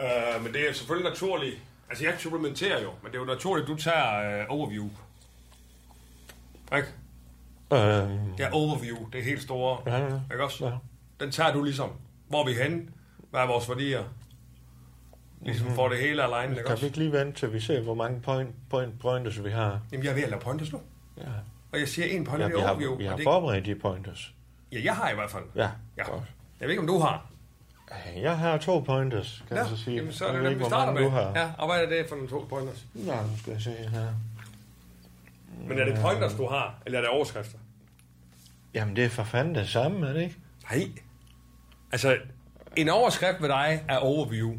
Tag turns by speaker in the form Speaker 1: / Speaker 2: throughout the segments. Speaker 1: Øh, men det er selvfølgelig naturligt. Altså, jeg supplementerer jo, men det er jo naturligt, du tager øh, overview. Ikke?
Speaker 2: Øhm,
Speaker 1: Ja, overview. Det er helt store.
Speaker 2: Ja, ja, ja.
Speaker 1: Ikke også?
Speaker 2: Ja.
Speaker 1: Den tager du ligesom. Hvor er vi henne? Hvad er vores værdier? Ligesom får det hele alene, ikke
Speaker 2: Mhm. kan vi
Speaker 1: også?
Speaker 2: ikke lige vente til vi ser, hvor mange point, point, pointers vi har?
Speaker 1: Jamen, jeg er ved at lave pointers nu.
Speaker 2: Ja,
Speaker 1: Og jeg siger en point,
Speaker 2: ja
Speaker 1: ja,
Speaker 2: vi
Speaker 1: det er overview.
Speaker 2: har, vi
Speaker 1: og
Speaker 2: har
Speaker 1: det...
Speaker 2: forberedt de pointers.
Speaker 1: Ja, jeg har i hvert fald.
Speaker 2: Ja,
Speaker 1: ja.
Speaker 2: godt.
Speaker 1: Jeg ved ikke, om du har.
Speaker 2: Jeg har to pointers, kan jeg så sige.
Speaker 1: jamen, så er
Speaker 2: Jeg
Speaker 1: det
Speaker 2: ved
Speaker 1: dem,
Speaker 2: ikke,
Speaker 1: vi
Speaker 2: hvor
Speaker 1: starter med.
Speaker 2: mange Du har.
Speaker 1: Ja, og hvad er det for nogle to pointers?
Speaker 2: Nå, nu skal jeg se her.
Speaker 1: Men er det pointers, du har? Eller er det overskrifter?
Speaker 2: Jamen, det er for fanden det samme, er det ikke?
Speaker 1: Nej. Altså, en overskrift med dig er overview.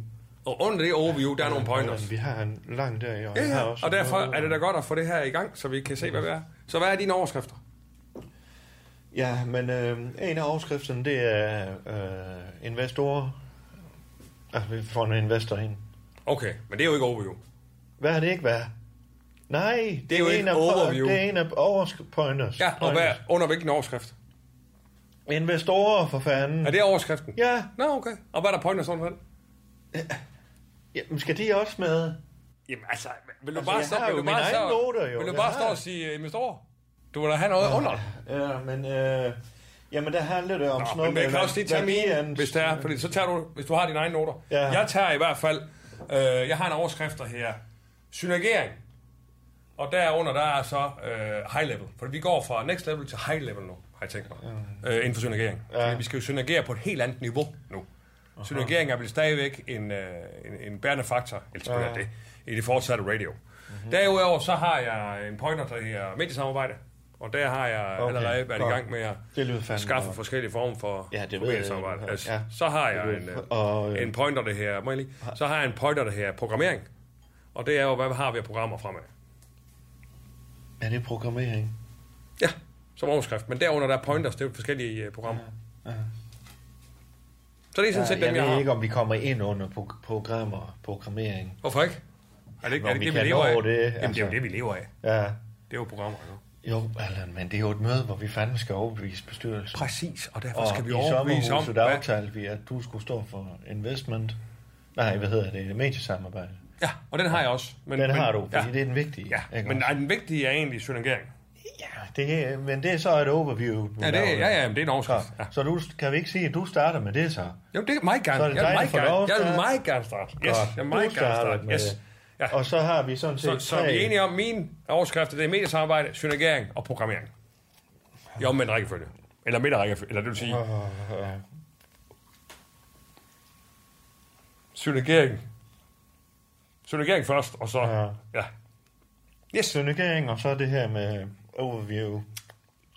Speaker 1: Og under det overview, der er nogle pointers.
Speaker 2: Jamen, Vi har en lang der i år.
Speaker 1: Ja,
Speaker 2: Jeg
Speaker 1: ja.
Speaker 2: har også
Speaker 1: Og derfor
Speaker 2: noget.
Speaker 1: er det da godt at få det her i gang, så vi kan se, hvad det er. Så hvad er dine overskrifter?
Speaker 2: Ja, men øh, en af overskrifterne, det er øh, investorer. Altså, vi får en investor ind.
Speaker 1: Okay, men det er jo ikke overview.
Speaker 2: Hvad har det ikke været? Nej, det,
Speaker 1: er jo
Speaker 2: en
Speaker 1: ikke
Speaker 2: af po-
Speaker 1: overview.
Speaker 2: Det er en af oversk- pointers.
Speaker 1: Ja, og hvad, under hvilken overskrift?
Speaker 2: hvad? Investorer, for fanden.
Speaker 1: Er det overskriften?
Speaker 2: Ja,
Speaker 1: Nå, okay. Og hvad er der pointers under den?
Speaker 2: jamen, skal de også med?
Speaker 1: Jamen altså, vil du
Speaker 2: Altså,
Speaker 1: bare
Speaker 2: jeg
Speaker 1: stå,
Speaker 2: har
Speaker 1: vil
Speaker 2: jo
Speaker 1: du bare
Speaker 2: mine egne noter, jo.
Speaker 1: stå, vil du
Speaker 2: Jeg
Speaker 1: bare
Speaker 2: har Ah.
Speaker 1: stå og
Speaker 2: det.
Speaker 1: sige øh, investorer? Du vil da have noget under.
Speaker 2: Ja, men... Øh, jamen, der handler det om
Speaker 1: Nå,
Speaker 2: sådan noget
Speaker 1: men jeg kan
Speaker 2: hvad-
Speaker 1: også lige tage
Speaker 2: hvad de
Speaker 1: mine,
Speaker 2: ans-
Speaker 1: hvis der er, fordi så tager du, hvis du har dine egne noter.
Speaker 2: Ja.
Speaker 1: Jeg tager i hvert fald, øh, jeg har en overskrift der her, synergering. Og derunder, der er så øh, high level. For vi går fra next level til high level nu, har jeg tænkt mig, øh, inden for synergering.
Speaker 2: Ja.
Speaker 1: Ja. Vi skal jo synergere på et helt andet niveau nu. Synergering er blevet stadigvæk en, øh, en, en bærende faktor, ellers ja. det, i det fortsatte radio. Mm-hmm. Derudover, så har jeg en pointer, der hedder mediesamarbejde. Og der har jeg
Speaker 2: Okay,
Speaker 1: okay. allerede været i
Speaker 2: godt.
Speaker 1: gang med at
Speaker 2: Det lyder fandme
Speaker 1: skaffe
Speaker 2: godt.
Speaker 1: forskellige former for
Speaker 2: Ja, det ved
Speaker 1: for
Speaker 2: jeg,
Speaker 1: mediesamarbejde.
Speaker 2: det ved jeg.
Speaker 1: altså,
Speaker 2: Ja.
Speaker 1: ja. Så har
Speaker 2: Det
Speaker 1: jeg
Speaker 2: ved
Speaker 1: en,
Speaker 2: jeg.
Speaker 1: øh,
Speaker 2: Og, øh,
Speaker 1: en pointer det her, må jeg lige? Så har jeg en pointer det her programmering. Og det er jo, hvad har vi af programmer fremad?
Speaker 2: Er det programmering?
Speaker 1: Ja, som overskrift. Men derunder, der er pointers, det er jo forskellige øh, programmer.
Speaker 2: Ja.
Speaker 1: Så det er sådan
Speaker 2: Ja,
Speaker 1: set dem,
Speaker 2: jeg
Speaker 1: jeg
Speaker 2: ved ikke,
Speaker 1: har.
Speaker 2: om vi kommer ind under pro- programmer, programmering.
Speaker 1: Hvorfor ikke? Er det ikke,
Speaker 2: Hvor
Speaker 1: er det,
Speaker 2: vi
Speaker 1: ikke det, vi
Speaker 2: kan
Speaker 1: lever
Speaker 2: nå
Speaker 1: af?
Speaker 2: det,
Speaker 1: Jamen, det er jo
Speaker 2: altså.
Speaker 1: det, vi lever af.
Speaker 2: Ja.
Speaker 1: Det er jo programmer. Jo.
Speaker 2: Jo, Allan, men det er jo et møde, hvor vi fandme skal overbevise bestyrelsen.
Speaker 1: Præcis, og derfor
Speaker 2: Og
Speaker 1: skal vi
Speaker 2: i
Speaker 1: overbevise om,
Speaker 2: sommerhuset der
Speaker 1: hvad...
Speaker 2: aftalte vi, at du skulle stå for investment. Nej, hvad hedder det? Mediesamarbejde.
Speaker 1: Ja, og den har jeg også. Men,
Speaker 2: Den
Speaker 1: men,
Speaker 2: har du, fordi
Speaker 1: ja,
Speaker 2: det er den vigtige.
Speaker 1: Ja,
Speaker 2: ikke
Speaker 1: men
Speaker 2: også?
Speaker 1: nej, den vigtige er egentlig synergering.
Speaker 2: ja, det, er- men det er så et overview. du
Speaker 1: Ja, det,
Speaker 2: laver.
Speaker 1: ja, ja, men det er en
Speaker 2: Så,
Speaker 1: overskrift. Ja.
Speaker 2: så du, kan vi ikke sige, at du starter med det så?
Speaker 1: Jo, det er meget gerne.
Speaker 2: Så er det
Speaker 1: jeg
Speaker 2: dig,
Speaker 1: vil
Speaker 2: der
Speaker 1: meget
Speaker 2: får
Speaker 1: gerne.
Speaker 2: lov at
Speaker 1: Jeg vil
Speaker 2: starte.
Speaker 1: meget gerne starte. Yes,
Speaker 2: Godt.
Speaker 1: jeg vil
Speaker 2: Du
Speaker 1: meget gerne
Speaker 2: starter
Speaker 1: starte.
Speaker 2: med
Speaker 1: Yes.
Speaker 2: det.
Speaker 1: Ja.
Speaker 2: Og så har vi sådan set
Speaker 1: Så, så er vi
Speaker 2: tre-
Speaker 1: enige om min overskrift, det er mediesamarbejde, synergering og programmering. I omvendt rækkefølge. Eller midterrækkefølge, eller det vil sige... Synergering. Synergering først, og så...
Speaker 2: Ja.
Speaker 1: Ja. Yes,
Speaker 2: Synergering, og så det her med overview.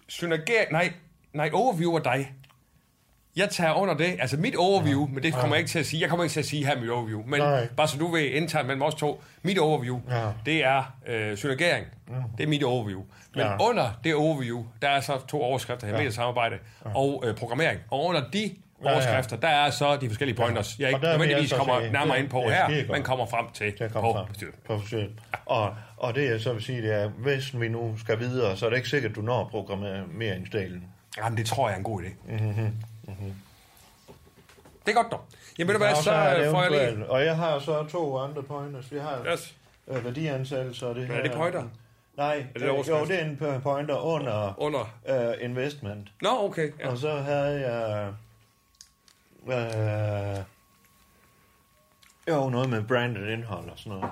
Speaker 1: synergering... Nej, nej, overview er dig. Jeg tager under det, altså mit overview, men det kommer jeg ikke til at sige. Jeg kommer ikke til at sige her mit overview. Men
Speaker 2: Nej.
Speaker 1: bare så du ved indtaget mellem os to, mit overview,
Speaker 2: Ja.
Speaker 1: det er øh, synergering. Det er mit overview. Men
Speaker 2: Ja.
Speaker 1: under det overview, der er så to overskrifter her, mediesamarbejde og øh, programmering. Og under de
Speaker 2: ja.
Speaker 1: overskrifter, der er så de forskellige pointers, jeg
Speaker 2: Og
Speaker 1: ikke
Speaker 2: der er vi
Speaker 1: nødvendigvis
Speaker 2: altså
Speaker 1: kommer
Speaker 2: også-
Speaker 1: nærmere
Speaker 2: det-
Speaker 1: ind på
Speaker 2: det er
Speaker 1: her,
Speaker 2: skidegodt.
Speaker 1: men kommer frem til
Speaker 2: Jeg
Speaker 1: på
Speaker 2: kom frem
Speaker 1: bestyrelsen.
Speaker 2: på forsøget. Og, og det jeg så vil sige, det er, hvis vi nu skal videre, så er det ikke sikkert, at du når programmeringsdelen.
Speaker 1: Jamen, det tror jeg er en god idé. Mm-hmm. Mm-hmm. Det er godt dog. Jamen, ved du
Speaker 2: Og
Speaker 1: hvad, så
Speaker 2: er det
Speaker 1: øh, får jeg lige...
Speaker 2: eventuelt- Og jeg har så to andre pointers. Vi har
Speaker 1: Yes.
Speaker 2: øh, værdiansættelse og det her.
Speaker 1: er det pointer?
Speaker 2: Nej,
Speaker 1: det
Speaker 2: det øh, jo,
Speaker 1: overskrift?
Speaker 2: det er en p- pointer under
Speaker 1: Under.
Speaker 2: øh, investment.
Speaker 1: Nå, okay. Ja.
Speaker 2: Ja. Og så havde jeg... Øh, jo, noget med branded indhold og sådan noget.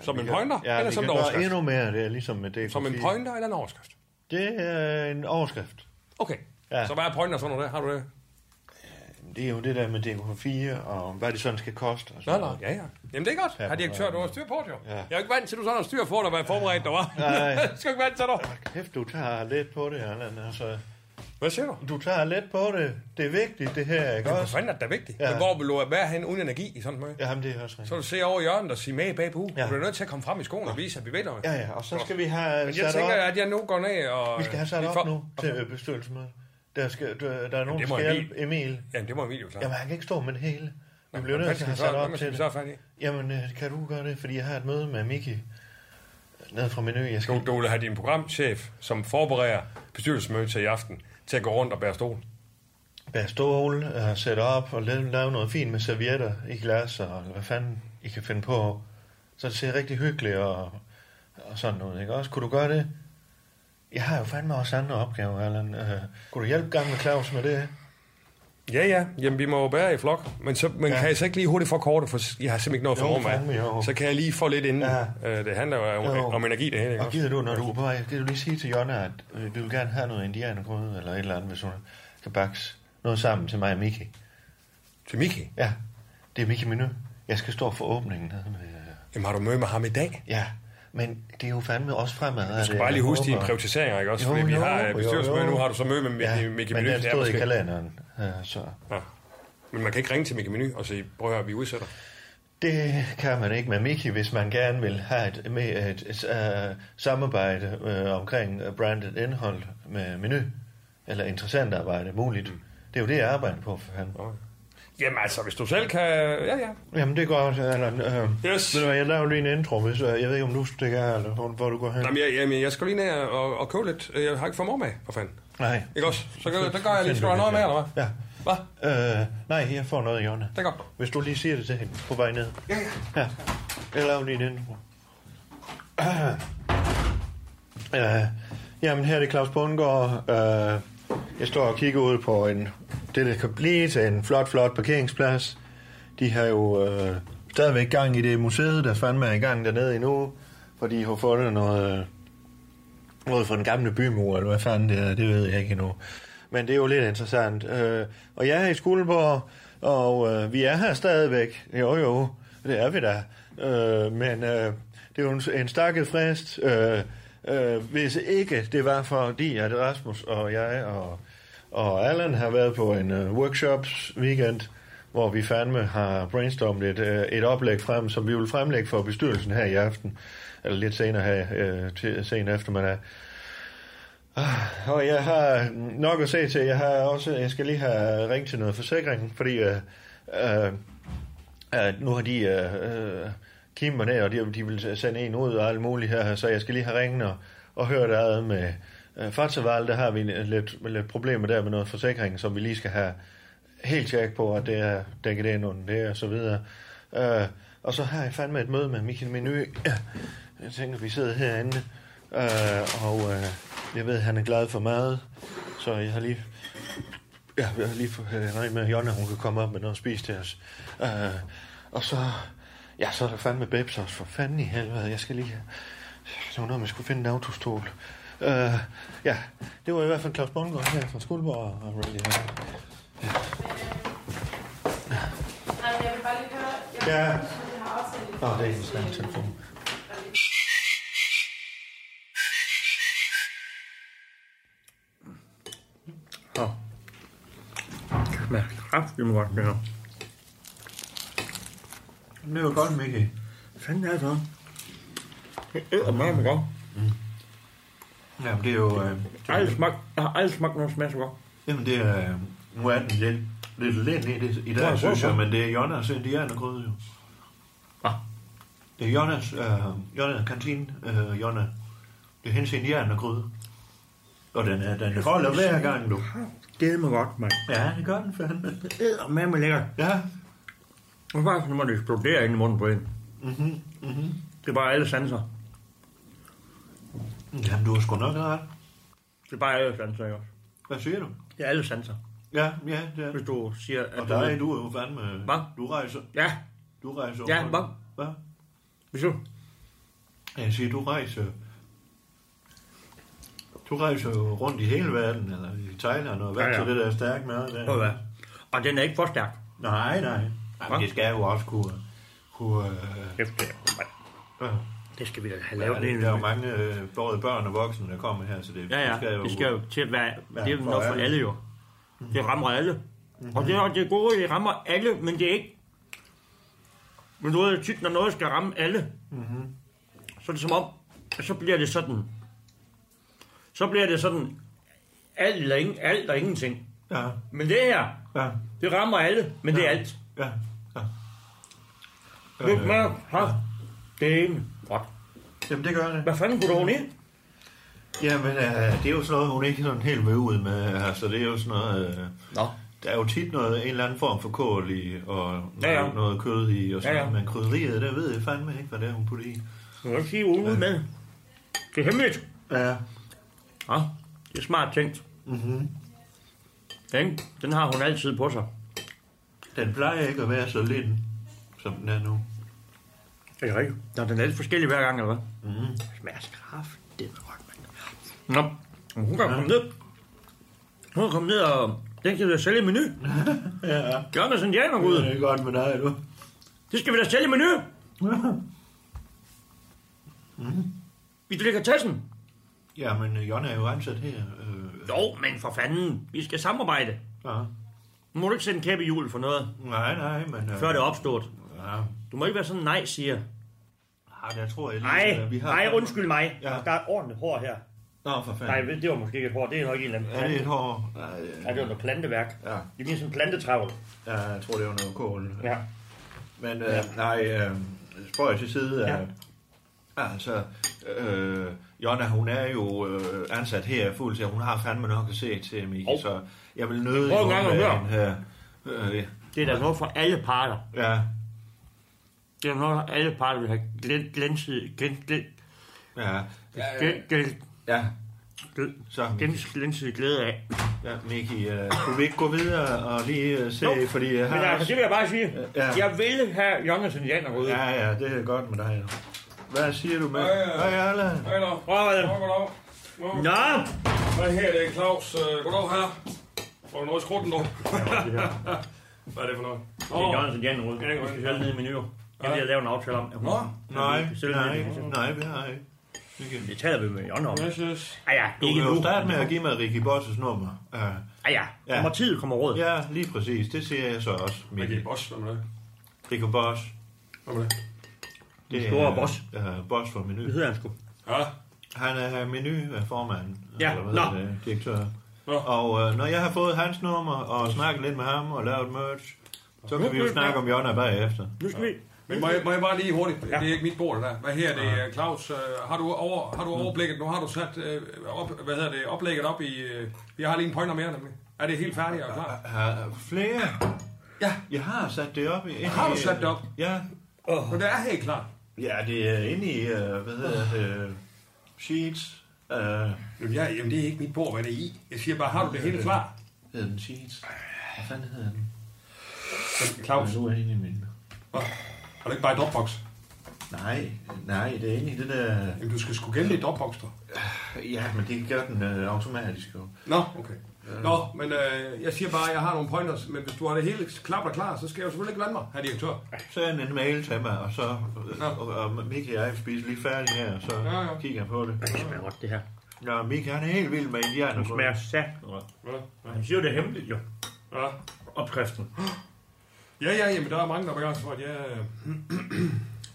Speaker 1: Som
Speaker 2: Vi
Speaker 1: en
Speaker 2: kan-
Speaker 1: pointer?
Speaker 2: Ja,
Speaker 1: eller
Speaker 2: vi
Speaker 1: som en
Speaker 2: kan gøre
Speaker 1: overskrift?
Speaker 2: endnu mere af det, ligesom med det.
Speaker 1: Som en pointer eller en overskrift?
Speaker 2: Det er en overskrift.
Speaker 1: Okay.
Speaker 2: Ja.
Speaker 1: Ja. Så hvad er pointer sådan noget der? Har du det?
Speaker 2: Det er jo det der med DK4, og hvad det sådan skal koste. Og
Speaker 1: Nå,
Speaker 2: sådan
Speaker 1: nå.
Speaker 2: noget.
Speaker 1: Ja, ja. Jamen, det er godt.
Speaker 2: Ja,
Speaker 1: Har direktør, du har styr på det jo.
Speaker 2: Ja.
Speaker 1: Ja. Jeg er jo ikke vant til, at du sådan har styr på det, og hvad forberedt der var.
Speaker 2: Nej.
Speaker 1: Jeg skal ikke vant til dig.
Speaker 2: Kæft, du tager lidt på det, Allan. Altså,
Speaker 1: Hvad siger du?
Speaker 2: Du tager let på det. Det er vigtigt, det her, ikke
Speaker 1: Hvad
Speaker 2: også?
Speaker 1: fanden er det da vigtigt?
Speaker 2: Ja.
Speaker 1: Ja. Men hvor vil du være hen uden energi i sådan noget? Ja.
Speaker 2: Jamen, det er også
Speaker 1: Så vil
Speaker 2: rigtigt.
Speaker 1: du se over i hjørnet og sige med bag på.
Speaker 2: Ja.
Speaker 1: Ja. Du er nødt til at komme frem i skoene og vise, at vi ved noget.
Speaker 2: Ja, ja, og så skal vi have
Speaker 1: Men jeg
Speaker 2: sat
Speaker 1: tænker,
Speaker 2: op.
Speaker 1: at jeg nu går ned og...
Speaker 2: Vi skal have sat
Speaker 1: Vi
Speaker 2: op
Speaker 1: får-
Speaker 2: nu til bestyrelsesmødet. Der, skal, der, der er nogen,
Speaker 1: det
Speaker 2: der
Speaker 1: må
Speaker 2: skal
Speaker 1: Emil.
Speaker 2: hjælpe Emil.
Speaker 1: Jamen, det må Emilio klare.
Speaker 2: Jamen, han kan ikke stå med det hele. Vi
Speaker 1: Nå,
Speaker 2: bliver
Speaker 1: men
Speaker 2: nødt til
Speaker 1: hvad skal vi
Speaker 2: at have sat
Speaker 1: så-
Speaker 2: op
Speaker 1: hvad
Speaker 2: til
Speaker 1: skal vi
Speaker 2: det.
Speaker 1: så have fat i?
Speaker 2: Jamen, øh, kan du gøre det? Fordi jeg har et møde med Miki nede fra Menu. Jeg skal...
Speaker 1: Du, du vil have din programchef, som forbereder bestyrelsesmødet til i aften, til at gå rundt og bære stol.
Speaker 2: bære stål, øh, sætte op og lave, lave noget fint med servietter i glas, og hvad fanden I kan finde på. Så det ser rigtig hyggeligt og, og sådan noget, ikke også? Kunne du gøre det? Jeg har jo fandme også andre opgaver, Allan. Øh, kunne du hjælpe gamle Claus med det?
Speaker 1: Ja, ja. Jamen, vi må jo bære i flok. Men, så, men
Speaker 2: Ja.
Speaker 1: ja. kan jeg så ikke lige hurtigt få kortet, for jeg har simpelthen ikke noget
Speaker 2: Jo,
Speaker 1: for
Speaker 2: fandme, jo.
Speaker 1: mig. Så kan jeg lige få lidt inden.
Speaker 2: Ja.
Speaker 1: Ja. Øh, det handler jo om,
Speaker 2: Jo.
Speaker 1: om energi, det hele. ikke
Speaker 2: Og
Speaker 1: også? Altså.
Speaker 2: gider du, når du er på vej, gider du lige sige til Jonna, at øh, vi vil gerne have noget indianergrød eller et eller andet, hvis hun kan bakse noget sammen til mig og Miki.
Speaker 1: Til Miki.
Speaker 2: Ja, det er Miki Menu. Jeg skal stå for åbningen. nede Med, øh,
Speaker 1: Jamen, har du mødt med ham i dag?
Speaker 2: ja, men det er jo fandme også fremad. øh,
Speaker 1: Du skal bare lige huske dine prioriteringer, ikke også?
Speaker 2: Jo,
Speaker 1: Fordi vi
Speaker 2: jo,
Speaker 1: har
Speaker 2: jo,
Speaker 1: øh, bestyrelsesmøde,
Speaker 2: jo.
Speaker 1: nu har du så møde med Miki
Speaker 2: Ja,
Speaker 1: ja, Miki
Speaker 2: men
Speaker 1: Meny.
Speaker 2: den
Speaker 1: Det er
Speaker 2: stod i
Speaker 1: måske-
Speaker 2: kalenderen. Øh, så.
Speaker 1: Ja. Men man kan ikke ringe til Miki Meny og sige, prøv at høre, vi udsætter.
Speaker 2: Det kan man ikke med Miki, hvis man gerne vil have et, med et, et, et uh, samarbejde uh, omkring øh, branded indhold med menu. Eller interessant arbejde, muligt. Det er jo det, jeg arbejder på for fanden.
Speaker 1: Nå. Jamen altså, hvis du selv kan... Ja, ja.
Speaker 2: Jamen, det er godt, Allan. Uh,
Speaker 1: Yes.
Speaker 2: Ved du hvad, jeg laver lige en intro, hvis, uh, jeg ved ikke, om du stikker af, eller hvor, hvor du går hen.
Speaker 1: Jamen, jeg, jamen, jeg skal lige ned og, og købe lidt. Jeg har ikke for mor med, for fanden.
Speaker 2: Nej.
Speaker 1: Ikke også? Så gør, der gør jeg lige, skal du have noget med, eller hvad?
Speaker 2: Ja.
Speaker 1: Hvad?
Speaker 2: Uh, nej, jeg får noget, Jonna.
Speaker 1: Det er godt.
Speaker 2: Hvis du lige siger det til hende på vej ned.
Speaker 1: Ja, ja.
Speaker 2: Ja, jeg laver lige den. Ja, jamen her er det Claus Bundgaard. Øh, Jeg står og kigger ud på en, det, der kan blive til en flot, flot parkeringsplads. De har jo øh, stadigvæk gang i det museet, der fandme er i gang dernede endnu, for de har fundet noget, noget fra den gamle bymur, eller hvad fanden det er, det ved jeg ikke endnu. Men det er jo lidt interessant. Øh, og jeg er i Skuldborg, og øh, vi er her stadigvæk. Jo, jo, det er vi da. Øh, men øh, det er jo en, en stakket frist, øh, øh, hvis ikke det var fordi, at Rasmus og jeg og, og Allan har været på en øh, workshops weekend, hvor vi fandme har brainstormet et, øh, et oplæg frem, som vi vil fremlægge for bestyrelsen her i aften, eller lidt senere her øh, til sen eftermiddag. Og jeg har nok at se til. Jeg har også, jeg skal lige have ringt til noget forsikring, fordi øh, øh, øh, nu har de øh, øh, Kim og der, og de, de vil sende en ud og alt muligt her, så jeg skal lige have ringet og, og høre der ad med øh, Fatseval, der har vi en- lidt, med lidt problemer der med noget forsikring, som vi lige skal have helt tjek på, at det er dækket ind under det og så videre. Øh, og så har jeg fandme et møde med Michael Meny. Jeg tænker, vi sidder herinde, øh, og øh, jeg ved, han er glad for mad, så jeg har lige Ja, jeg har lige fået ringet med at Jonna, hun kan komme op med noget at spise til os. Øh, og så... Ja, så er der fandme babesauce. For fanden i helvede, jeg skal lige... Det var noget, man skulle finde en autostol. Øh, ja, det var i hvert fald Claus Bundgaard her fra Skuldborg og Radio her.
Speaker 3: Nej, men jeg vil bare lige høre, jeg
Speaker 2: Ja.
Speaker 3: vi har aftalt
Speaker 2: Nå, det er en snak telefon.
Speaker 4: Åh. Men kraftigt med godt, det her.
Speaker 2: Det var godt, Mikke.
Speaker 4: Hvad fanden er det så? Det æder meget med godt.
Speaker 2: Jamen, det er jo... Øh,
Speaker 4: Jeg har aldrig smagt, jeg har aldrig smagt noget smager så godt.
Speaker 2: jamen, det er... Øh, nu er den lidt, lidt lidt i, det, i dag,
Speaker 4: Hvorfor?
Speaker 2: synes jeg, men det er Jonas indianergrød, jo.
Speaker 4: Hvad?
Speaker 2: Det er Jonas, øh, Jonas kantine, øh, Jonna. Det er hendes indianergrød. Og den er, den er kold hver gang, du.
Speaker 4: Det er med godt, mand.
Speaker 2: Ja, det gør den fandme.
Speaker 4: Det æder med med lækkert.
Speaker 2: Ja,
Speaker 4: Og bare når man eksploderer ind i munden på en.
Speaker 2: mhm, mhm.
Speaker 4: Det er bare alle sanser.
Speaker 2: Jamen, du har sgu nok ret.
Speaker 4: Det er bare alle sanser, ikke også?
Speaker 2: Hvad siger du?
Speaker 4: Det er alle sanser.
Speaker 2: Ja, ja, det er.
Speaker 4: Hvis du siger, at
Speaker 2: Og
Speaker 4: du...
Speaker 2: dig, du er jo fandme...
Speaker 4: Hvad?
Speaker 2: Du rejser,
Speaker 4: Ja,
Speaker 2: du rejser...
Speaker 4: Ja,
Speaker 2: rundt.
Speaker 4: hvad?
Speaker 2: Hvad?
Speaker 4: hvis du...
Speaker 2: Jeg siger, du rejser... Du rejser jo rundt i hele verden, eller i Thailand, og hvad ja,
Speaker 4: Ja,
Speaker 2: ja.
Speaker 4: ja.
Speaker 2: til det der stærke mad
Speaker 4: Prøv
Speaker 2: der.
Speaker 4: hvad. Og den er ikke for stærk.
Speaker 2: Nej, nej.
Speaker 4: Hva?
Speaker 2: Jamen, det skal jo også kunne... kunne øh,
Speaker 4: Kæft, det er-
Speaker 2: øh,
Speaker 4: Det skal vi da have
Speaker 2: Ja,
Speaker 4: lavet.
Speaker 2: det,
Speaker 4: en-
Speaker 2: der er jo mange, øh, både børn og voksne, der kommer her, så det,
Speaker 4: Ja, ja.
Speaker 2: det skal jo...
Speaker 4: det skal jo til at være...
Speaker 2: være
Speaker 4: det er jo
Speaker 2: for
Speaker 4: noget for
Speaker 2: alle. Mm. Mm-hmm.
Speaker 4: alle jo. Det rammer alle. Og det er det gode, det rammer alle, men det er ikke... Men du ved, tit når noget skal ramme alle,
Speaker 2: Mm-hmm.
Speaker 4: så er det som om, så bliver det sådan... Så bliver det sådan... Alt og, ingen, alt og ingenting.
Speaker 2: Ja,
Speaker 4: Men det her,
Speaker 2: ja,
Speaker 4: det rammer alle, men det er alt.
Speaker 2: ja, ja. Øh,
Speaker 4: Lidt mere. Ha. Det er Godt.
Speaker 2: Jamen, det gør det.
Speaker 4: Hvad fanden kunne du hun i?
Speaker 2: Jamen, øh, det er jo sådan noget, hun ikke sådan helt vil ud med. Altså, det er jo sådan noget... Øh,
Speaker 4: Nå.
Speaker 2: der er jo tit noget, en eller anden form for kål i, og noget,
Speaker 4: Ja,
Speaker 2: ja,
Speaker 4: ja.
Speaker 2: ja. noget kød i, og sådan
Speaker 4: Ja,
Speaker 2: ja,
Speaker 4: ja.
Speaker 2: ja. Men krydderiet, der ved jeg fandme ikke, hvad det er, hun putter i.
Speaker 4: Du må ikke sige ude med. Det er hemmeligt.
Speaker 2: Ja.
Speaker 4: Ja, det er smart tænkt. Mhm. Mm-hmm. Den, den har hun altid på sig.
Speaker 2: Den plejer ikke at være så lind, som den er nu.
Speaker 4: Det er rigtigt. Nå, den er lidt forskellig hver gang, eller hvad? Mm. Det smager skraft. Det er godt, mand. Nå, men hun kan komme ned. Hun kan komme ned, og den kan vi da sælge i menu.
Speaker 2: Ja,
Speaker 4: Gør med sådan en ud.
Speaker 2: det er godt med dig, du.
Speaker 4: Det skal vi da sælge i menu. Vi lægger tassen.
Speaker 2: Ja, men øh, Jonna er jo ansat her. Øh,
Speaker 4: Jo, men for fanden. Vi skal samarbejde.
Speaker 2: ja.
Speaker 4: Nu må du ikke sætte en kæppe i hjulet for noget,
Speaker 2: Nej, nej, men... Øh,
Speaker 4: før det er opstået.
Speaker 2: Ja,
Speaker 4: Du må ikke være sådan nej, siger.
Speaker 2: Ah, der tror jeg lige,
Speaker 4: Nej,
Speaker 2: at
Speaker 4: nej, undskyld mig.
Speaker 2: Ja.
Speaker 4: Der er ordentligt hår her.
Speaker 2: Nå, for
Speaker 4: Nej,
Speaker 2: fanden.
Speaker 4: ved- det var måske ikke et hår. Det er nok en eller anden
Speaker 2: Er det
Speaker 4: plante.
Speaker 2: et hår? Nej, øh,
Speaker 4: Nej, det var noget planteværk.
Speaker 2: Ja.
Speaker 4: Det ligner sådan en plantetravl.
Speaker 2: ja, jeg tror, det var noget kål.
Speaker 4: Ja.
Speaker 2: Men øh, nej, øh, spøj til side.
Speaker 4: Ja.
Speaker 2: Ja. Altså, øh, Jonna, hun er jo øh, ansat her fuldt til, hun har fandme nok at se til, Miki,
Speaker 4: Hov.
Speaker 2: oh. så jeg vil nøde...
Speaker 4: Prøv en gang at høre.
Speaker 2: øh, øh,
Speaker 4: Det er da noget for alle parter.
Speaker 2: ja,
Speaker 4: Det er noget, alle parter vil have glæn, glænsid, glæn, glæn,
Speaker 2: ja,
Speaker 4: glæn, glæn,
Speaker 2: ja.
Speaker 4: glæn,
Speaker 2: Så, Miki,
Speaker 4: glæn, glænsid glæde af.
Speaker 2: ja, Miki øh, kunne vi ikke gå videre og lige øh, se,
Speaker 4: Jo,
Speaker 2: fordi jeg
Speaker 4: Men
Speaker 2: har...
Speaker 4: altså, det vil jeg bare sige.
Speaker 2: Ja.
Speaker 4: Jeg vil have Jonathan Janer ud.
Speaker 2: Ja, ja, det er godt med dig. Hvad siger du med?
Speaker 1: Ja, ja.
Speaker 2: Hej, Allan.
Speaker 1: Hallo.
Speaker 4: Prøv at
Speaker 1: Goddag, goddag. Nå,
Speaker 4: Nå,
Speaker 1: Hvad her, det er Claus. Øh, Goddag, her. Får du noget i skrutten, du? Hvad er det for noget?
Speaker 4: det er
Speaker 1: Nå,
Speaker 4: Jonathan Janer ud.
Speaker 1: Ja, det er
Speaker 4: Vi skal sælge ned i menu. Jeg
Speaker 1: Ja.
Speaker 4: vil lave en aftale om. at hun-
Speaker 1: Nå.
Speaker 2: Nej,
Speaker 4: Vi skal sælge ned
Speaker 2: nej,
Speaker 4: i menu.
Speaker 2: nej, vi har ikke.
Speaker 4: Det taler vi med Jon om.
Speaker 1: yes, yes.
Speaker 4: Ej, ja,
Speaker 2: Du
Speaker 4: ikke
Speaker 2: kan jo
Speaker 4: nu.
Speaker 2: starte med at give mig Ricky Bosses nummer. Ja.
Speaker 4: Ej, ja.
Speaker 2: Ja.
Speaker 4: Kommer tid, kommer råd.
Speaker 2: Ja, lige præcis. Det siger jeg så også,
Speaker 1: Mickey
Speaker 2: Mikkel.
Speaker 1: Boss, hvad med det?
Speaker 2: Ricky Boss.
Speaker 1: Hvad med det?
Speaker 2: Det
Speaker 4: Den store boss.
Speaker 2: Ja, boss for
Speaker 4: Det
Speaker 2: menu.
Speaker 4: hedder han sgu.
Speaker 1: Ja,
Speaker 2: Han er menuformanden,
Speaker 4: Ja,
Speaker 2: eller hvad
Speaker 4: nå.
Speaker 2: hedder det, øh, direktør.
Speaker 1: Nå.
Speaker 2: Og øh, når jeg har fået hans nummer og snakket lidt med ham og lavet merch, så kan vi jo snakke om Jonna bagefter.
Speaker 4: Nu skal vi...
Speaker 1: men må jeg, må jeg bare lige hurtigt,
Speaker 4: Ja.
Speaker 1: ja. det er ikke mit bord det der. Hvad her, det er Claus, øh, har du, over, har du overblikket, nu har du sat øh, op, hvad hedder det, oplægget op i, øh, jeg har lige en pointer mere nemlig. Er det helt færdigt og klar?
Speaker 2: Har flere?
Speaker 1: Ja.
Speaker 2: Jeg har sat det op. I,
Speaker 1: Har du sat det op?
Speaker 2: Ja,
Speaker 1: Så det er helt klart.
Speaker 2: Ja, det er inde i, øh, hvad hedder det, øh, Sheets. Øh,
Speaker 1: Jamen, jeg, jamen, det er ikke mit bord, hvad det er i. Jeg siger bare, har du det hele klar?
Speaker 2: hedder den Sheets? Hvad fanden hedder den?
Speaker 1: Claus,
Speaker 2: Nu er inde i min.
Speaker 1: har du ikke bare i Dropbox?
Speaker 2: Nej, nej, det er inde i det der...
Speaker 1: Jamen, du skal sgu gemme det i Dropbox, du.
Speaker 2: Ja, men det gør den øh, automatisk jo.
Speaker 1: Nå, okay. Nå, men øh, jeg siger bare, at jeg har nogle pointers, men hvis du har det hele klart og klar, så skal jeg jo selvfølgelig ikke blande mig, herr direktør.
Speaker 2: Send en mail til mig, og så... Øh,
Speaker 1: Nå.
Speaker 2: og, og Miki og jeg spiser lige færdig her, og så
Speaker 1: Ja, ja.
Speaker 2: kigger jeg på det.
Speaker 4: Det smager godt, det her.
Speaker 2: Nå, Miki, han er helt vild med indianer.
Speaker 4: Det smager sat.
Speaker 1: Ja,
Speaker 4: Han siger jo, det er hemmeligt, jo.
Speaker 1: ja.
Speaker 4: Opskriften.
Speaker 1: Ja, ja, jamen, der er mange, der er begejstret for, at jeg...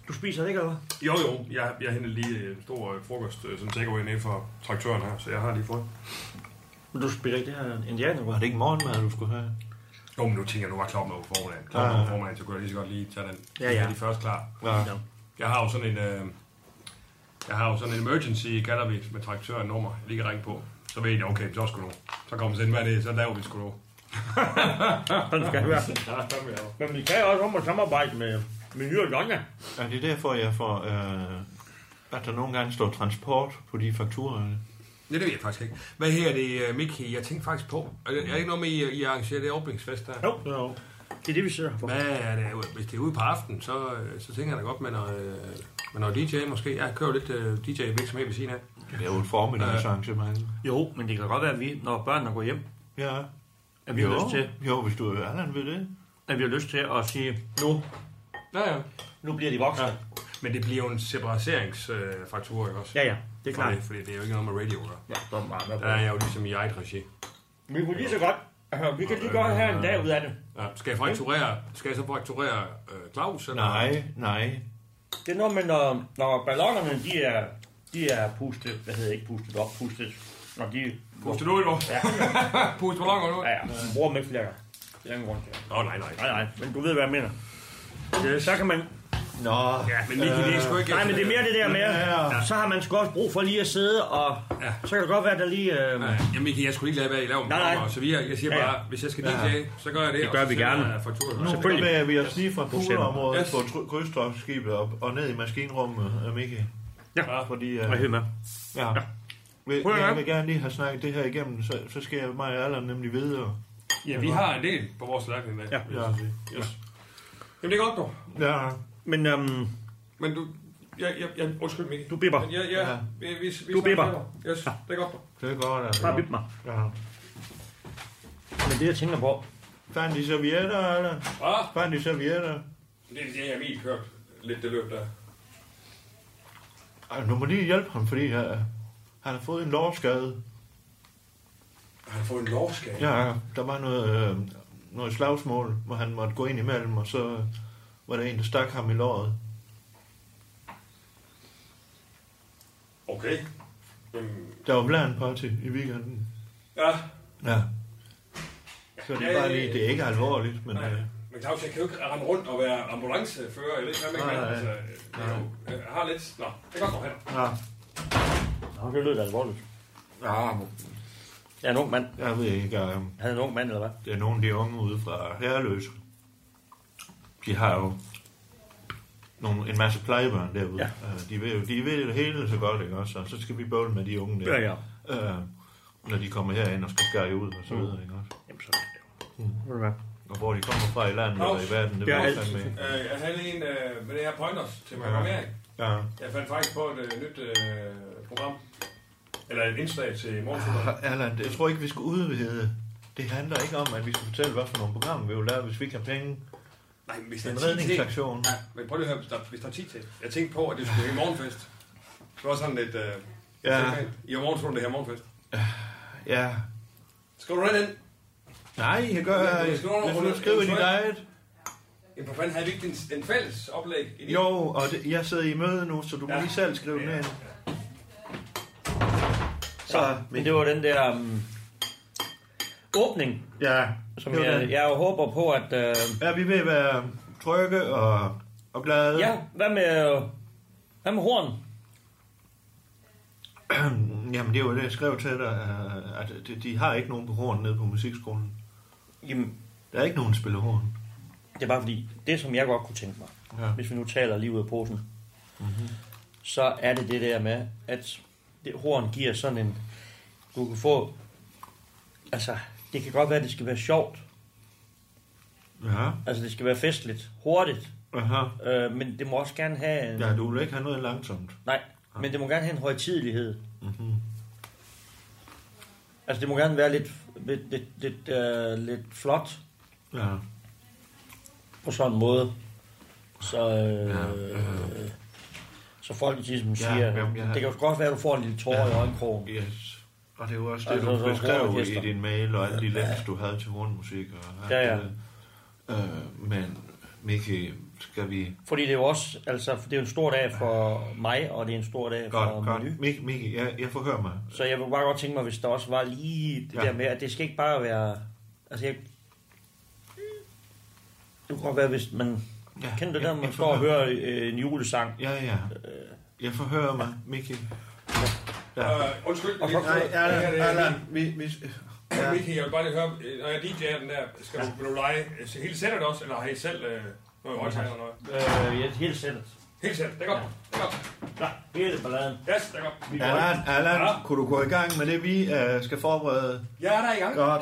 Speaker 4: Du spiser det ikke, eller hvad?
Speaker 1: Jo, jo, jeg, jeg henter lige øh, en stor øh, frokost, øh, som takeaway nede for traktøren her, så jeg har lige fået.
Speaker 4: Men du spiser ikke det her indianerbrød.
Speaker 2: Var det ikke morgenmad, du skulle have?
Speaker 1: Jo, men nu tænker jeg, nu var klar med formiddagen. Klar
Speaker 2: Ja, ja.
Speaker 1: med formiddagen, så kunne jeg lige så godt lige tage den.
Speaker 4: Ja, ja.
Speaker 1: Jeg er lige først klar.
Speaker 2: Ja.
Speaker 1: Jeg har jo sådan en... Øh, jeg har jo sådan en emergency, kalder vi med traktøren nummer. Jeg lige kan ringe på. Så ved jeg, okay, så skulle nu. Så kommer sådan, hvad det er, så laver vi sgu nu.
Speaker 4: Sådan skal det være.
Speaker 1: Ja, fandme, ja.
Speaker 4: Men vi kan også om at samarbejde med Menu og Jonna.
Speaker 2: Er det derfor, jeg får... Øh, at der nogle gange står transport på de fakturer?
Speaker 1: Nej, det ved jeg faktisk ikke. Hvad her det, øh, Miki? Jeg tænkte faktisk på. Er det er ikke noget med, I, I arrangerer det åbningsfest der?
Speaker 4: Jo. jo. Det er det, vi sidder for.
Speaker 1: Hvad er det? Hvis det er ude på aftenen, så, øh, så tænker jeg da godt med noget, øh, med noget DJ måske. Jeg kører jo lidt øh, DJ-virksomhed ved siden af.
Speaker 2: Det er jo et formiddagsarrangement.
Speaker 4: Jo, men det kan godt være, at vi, når børnene går hjem,
Speaker 2: Ja.
Speaker 4: at vi, har lyst til,
Speaker 2: jo, hvis du er Allan ved det.
Speaker 4: at vi har lyst til at sige, nu,
Speaker 1: Ja, ja.
Speaker 4: nu bliver de voksne.
Speaker 1: Men det bliver jo en separationsfaktur, ikke også?
Speaker 4: Ja, ja, det er
Speaker 1: Fordi-
Speaker 4: klart.
Speaker 1: Fordi det er jo ikke noget med radio, der.
Speaker 4: Ja, der er meget med på.
Speaker 1: Der er jeg jo ligesom i eget regi.
Speaker 4: Vi kunne lige så godt, altså, vi kan lige godt have en dag ud af det.
Speaker 1: Ja, skal jeg frakturere, skal jeg så frakturere øh, Claus? Eller?
Speaker 2: Nej, nej.
Speaker 4: Det er noget med, når, når ballonerne, de er, de er pustet, hvad hedder det, ikke pustet op, pustet, når de
Speaker 1: Puste ud, jo.
Speaker 4: Ja.
Speaker 1: Puste ballonger ud.
Speaker 4: Ja, ja, man bruger dem ikke flere gange. Det er ingen grund til.
Speaker 1: Nå, nej, nej.
Speaker 4: Nej, nej, men du ved, hvad jeg mener. Øh, Så kan man...
Speaker 2: Nå, ja.
Speaker 1: Men Miki, det er sgu ikke...
Speaker 4: Nej, men det er mere det der med,
Speaker 2: Ja.
Speaker 4: så har man sgu også brug for lige at sidde, og
Speaker 1: Ja.
Speaker 4: så kan det godt være, der lige... Øh,
Speaker 1: Ja, ja, Miki, jeg skulle ikke lade være, I laver
Speaker 4: Nej, nej.
Speaker 1: nej, nej. så videre. Jeg siger
Speaker 4: Ja, ja.
Speaker 1: bare, hvis jeg skal DJ, så gør jeg det.
Speaker 4: Det gør
Speaker 1: og så
Speaker 4: vi
Speaker 1: sender
Speaker 4: gerne.
Speaker 1: jeg Fakturer.
Speaker 2: Nu
Speaker 4: Selvfølgelig.
Speaker 2: bevæger vi os lige fra poleområdet
Speaker 1: Yes.
Speaker 2: yes. på try- krydstogtskibet op og ned i maskinrummet, øh, Mickey.
Speaker 4: Ja.
Speaker 2: Fordi,
Speaker 4: Jeg er
Speaker 2: øh,
Speaker 4: helt med.
Speaker 2: ja. Vil,
Speaker 4: Prøv at
Speaker 2: jeg
Speaker 4: høre.
Speaker 2: vil gerne lige have snakket det her igennem, så, så skal jeg mig og Allan nemlig videre.
Speaker 1: Ja, vi har en del på vores lærkning med.
Speaker 4: Ja.
Speaker 1: vil jeg
Speaker 2: Ja.
Speaker 1: så sige. Yes. Jamen, det er godt, dog.
Speaker 2: Ja,
Speaker 4: Men øhm,
Speaker 1: Men du... Jeg, jeg, jeg, undskyld, Miki.
Speaker 4: du bipper.
Speaker 1: Men jeg, jeg,
Speaker 2: Ja.
Speaker 1: vi, vi, vi
Speaker 4: Du
Speaker 1: snakker
Speaker 4: bipper.
Speaker 1: senere. Yes, det er godt, dog.
Speaker 2: det er godt. Altså.
Speaker 4: Bare bip mig.
Speaker 2: Ja.
Speaker 4: Men det, jeg tænker på...
Speaker 2: Fandt de servietter, Allan?
Speaker 1: Ah,
Speaker 2: Fandt de servietter?
Speaker 1: det er det, jeg lige kørt lidt det løb der.
Speaker 2: Ej, nu må lige hjælpe ham, fordi øh, han har fået en lovskade.
Speaker 1: Har han fået en lovskade?
Speaker 2: Ja, der var noget, øh, noget slagsmål, hvor han måtte gå ind imellem, og så øh, var der en, der stak ham i låret.
Speaker 1: Okay. Jamen,
Speaker 2: Der var blandt party i weekenden.
Speaker 1: ja,
Speaker 2: Ja. Så det er bare lige, det er ikke alvorligt, men... Øh,
Speaker 1: Nej. Men Claus, jeg kan jo ikke rende rundt og være ambulancefører. Jeg ved ikke, hvad man
Speaker 2: Nej,
Speaker 1: kan. Altså,
Speaker 2: nej.
Speaker 1: øh, jeg, er jo- jeg har lidt... Nå, det er godt nok her.
Speaker 2: ja.
Speaker 4: Nå, det lød da alvorligt.
Speaker 2: ja, men
Speaker 4: Jeg er en ung mand.
Speaker 2: jeg ved ikke, øh,
Speaker 4: Han er en ung mand, eller hvad?
Speaker 2: det er nogle af de unge ude fra Herreløs. De har jo nogle, en masse plejebørn derude.
Speaker 4: Ja.
Speaker 2: Øh, de, ved, jo- de ved det hele så godt, ikke også? Og så skal vi bøvle med de unge der.
Speaker 4: ja.
Speaker 2: øh, når de kommer herind og skal skære ud og så videre, ikke også?
Speaker 4: Jamen, så er det jo. Mm.
Speaker 2: Og hvor de kommer fra i landet og i verden, det
Speaker 4: Det er
Speaker 2: ved jeg
Speaker 4: alt.
Speaker 2: fandme ikke.
Speaker 1: Øh, jeg havde lige en øh, med det her pointers til programmering.
Speaker 2: Ja.
Speaker 1: Jeg fandt faktisk på et øh, nyt øh, program. Eller et indslag til morgenstunden.
Speaker 2: Ah, Allan, jeg tror ikke, vi skal udvide. Det handler ikke om, at vi skal fortælle, hvad for nogle programmer vi vil lave, hvis vi ikke har penge.
Speaker 1: Nej, men hvis der
Speaker 2: En
Speaker 1: er 10 til...
Speaker 2: redningsaktion.
Speaker 1: Ja, men prøv lige at høre, hvis der, hvis der er 10 til. Jeg tænkte på, at det skulle være i morgenfest. Det var sådan lidt... Øh,
Speaker 2: Ja.
Speaker 1: ja. I har morgenstunden, det her morgenfest.
Speaker 2: Ja.
Speaker 1: Skal du den ind?
Speaker 2: Nej, jeg gør...
Speaker 1: Men du skal over-
Speaker 2: Hvis du skriver dit eget...
Speaker 1: Jamen, for fanden havde vi ikke en, en fælles oplæg? I din-
Speaker 2: Jo, og det, jeg sidder i møde nu, så du må
Speaker 1: Ja.
Speaker 2: lige selv skrive den
Speaker 1: Ja.
Speaker 2: ind.
Speaker 4: Så, men det var den der um, åbning,
Speaker 2: Ja,
Speaker 4: som
Speaker 2: det var
Speaker 4: jeg,
Speaker 2: den.
Speaker 4: jeg jo håber på, at... Øh,
Speaker 2: Ja, vi vil være trygge og, og glade.
Speaker 4: ja, hvad med, hvad med horn?
Speaker 2: Jamen, det er jo det, jeg skrev til dig, øh, at de- de har ikke nogen på horn nede på musikskolen.
Speaker 4: Jamen,
Speaker 2: Der er ikke nogen, der spiller horn.
Speaker 4: det er bare fordi, det som jeg godt kunne tænke mig,
Speaker 2: Ja. Mhm.
Speaker 4: hvis vi nu taler lige ud af posen, mm-hmm. så er det det der med, at det horn giver sådan en... Du kan få... Altså, det kan godt være, at det skal være sjovt.
Speaker 2: Ja,
Speaker 4: Altså, det skal være festligt, hurtigt.
Speaker 2: aha.
Speaker 4: Øh, men det må også gerne have... En,
Speaker 2: Ja, du vil ikke have noget langsomt.
Speaker 4: Nej, men det må gerne have en højtidelighed. Mm-hmm.
Speaker 2: Mhm.
Speaker 4: Altså, det må gerne være lidt, lidt, lidt, lidt, øh, lidt flot
Speaker 2: Ja.
Speaker 4: på sådan en måde. Så, øh, øh. så folk ligesom siger, ja,
Speaker 2: jamen, jeg-
Speaker 4: det kan jo godt være, at du får en lille tårer i øjenkrogen.
Speaker 2: Yes. Og det er jo også det,
Speaker 4: Altså,
Speaker 2: du
Speaker 4: så- så
Speaker 2: beskrev i
Speaker 4: hornorkester.
Speaker 2: din mail, og alle de links, du havde til hornmusik. Og alt
Speaker 4: Ja, ja.
Speaker 2: det der. Øh, men, Miki, skal vi...
Speaker 4: Fordi det er jo også, altså, det er jo en stor dag for mig, og det er en stor dag for
Speaker 2: Godt,
Speaker 4: Menu.
Speaker 2: godt. Miki, Miki jeg, jeg forhører mig.
Speaker 4: Så jeg vil bare godt tænke mig, hvis der også var lige det
Speaker 2: Ja.
Speaker 4: ja. der med, at det skal ikke bare være... Altså, jeg... Det kunne godt være, hvis man...
Speaker 2: Ja,
Speaker 4: Ja, Kender du det
Speaker 2: ja,
Speaker 4: der, når man
Speaker 2: jeg
Speaker 4: står og
Speaker 2: forhører-
Speaker 4: hører øh, en julesang?
Speaker 2: Ja, ja.
Speaker 4: Øh.
Speaker 2: Jeg forhører mig, Miki.
Speaker 1: Øh, undskyld, Miki.
Speaker 2: Nej,
Speaker 1: Det her,
Speaker 2: Allan,
Speaker 1: det er-
Speaker 2: Allan, vi... vi
Speaker 1: Ja.
Speaker 2: ja.
Speaker 1: Miki, jeg vil bare lige høre, øh, når jeg DJ'er den der, skal du, vil du lege øh, hele sættet også, eller har I selv øh, noget højtaler eller noget?
Speaker 4: Øh, ja, hele sættet.
Speaker 1: Hele sættet, det er godt. Det er godt.
Speaker 4: Ja, hele balladen.
Speaker 1: Yes, det er godt.
Speaker 4: Vi går ikke.
Speaker 2: Allan, Allan,
Speaker 1: Ja.
Speaker 2: kunne du gå i gang med det, vi øh, skal forberede?
Speaker 1: Jeg er der i gang.
Speaker 2: Godt.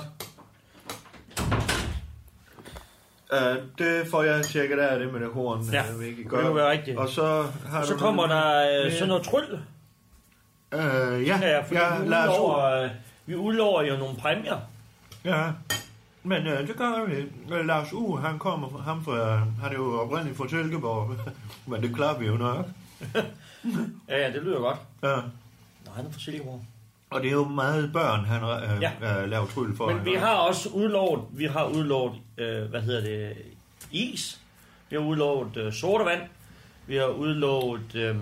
Speaker 2: Uh, det får jeg tjekket af, det med det horn.
Speaker 4: Ja,
Speaker 2: øh, Vicky.
Speaker 4: det
Speaker 2: Godt.
Speaker 4: må være rigtigt.
Speaker 2: Og så har
Speaker 4: Og
Speaker 2: du
Speaker 4: så kommer
Speaker 2: noget-
Speaker 4: der øh,
Speaker 2: mere?
Speaker 4: sådan noget tryl.
Speaker 2: Øh, ja,
Speaker 4: Ja, fordi
Speaker 2: ja,
Speaker 4: vi, øh,
Speaker 2: lad os
Speaker 4: udlover, øh, vi udlover jo nogle præmier.
Speaker 2: Ja,
Speaker 5: Men øh, det gør vi. Øh, Lars U, han kommer fra, ham fra, han er jo oprindeligt fra Silkeborg, men det klarer vi jo nok.
Speaker 4: Ja, ja, det lyder godt.
Speaker 5: Ja.
Speaker 4: Nå, han er fra Silkeborg.
Speaker 5: Og det er jo meget børn, han øh,
Speaker 4: Ja.
Speaker 5: ja. øh, laver trylle for.
Speaker 4: Men vi har også udlovet, vi har udlovet, øh, hvad hedder det, is. Vi har udlovet øh, sodavand. Vi har udlovet, øh,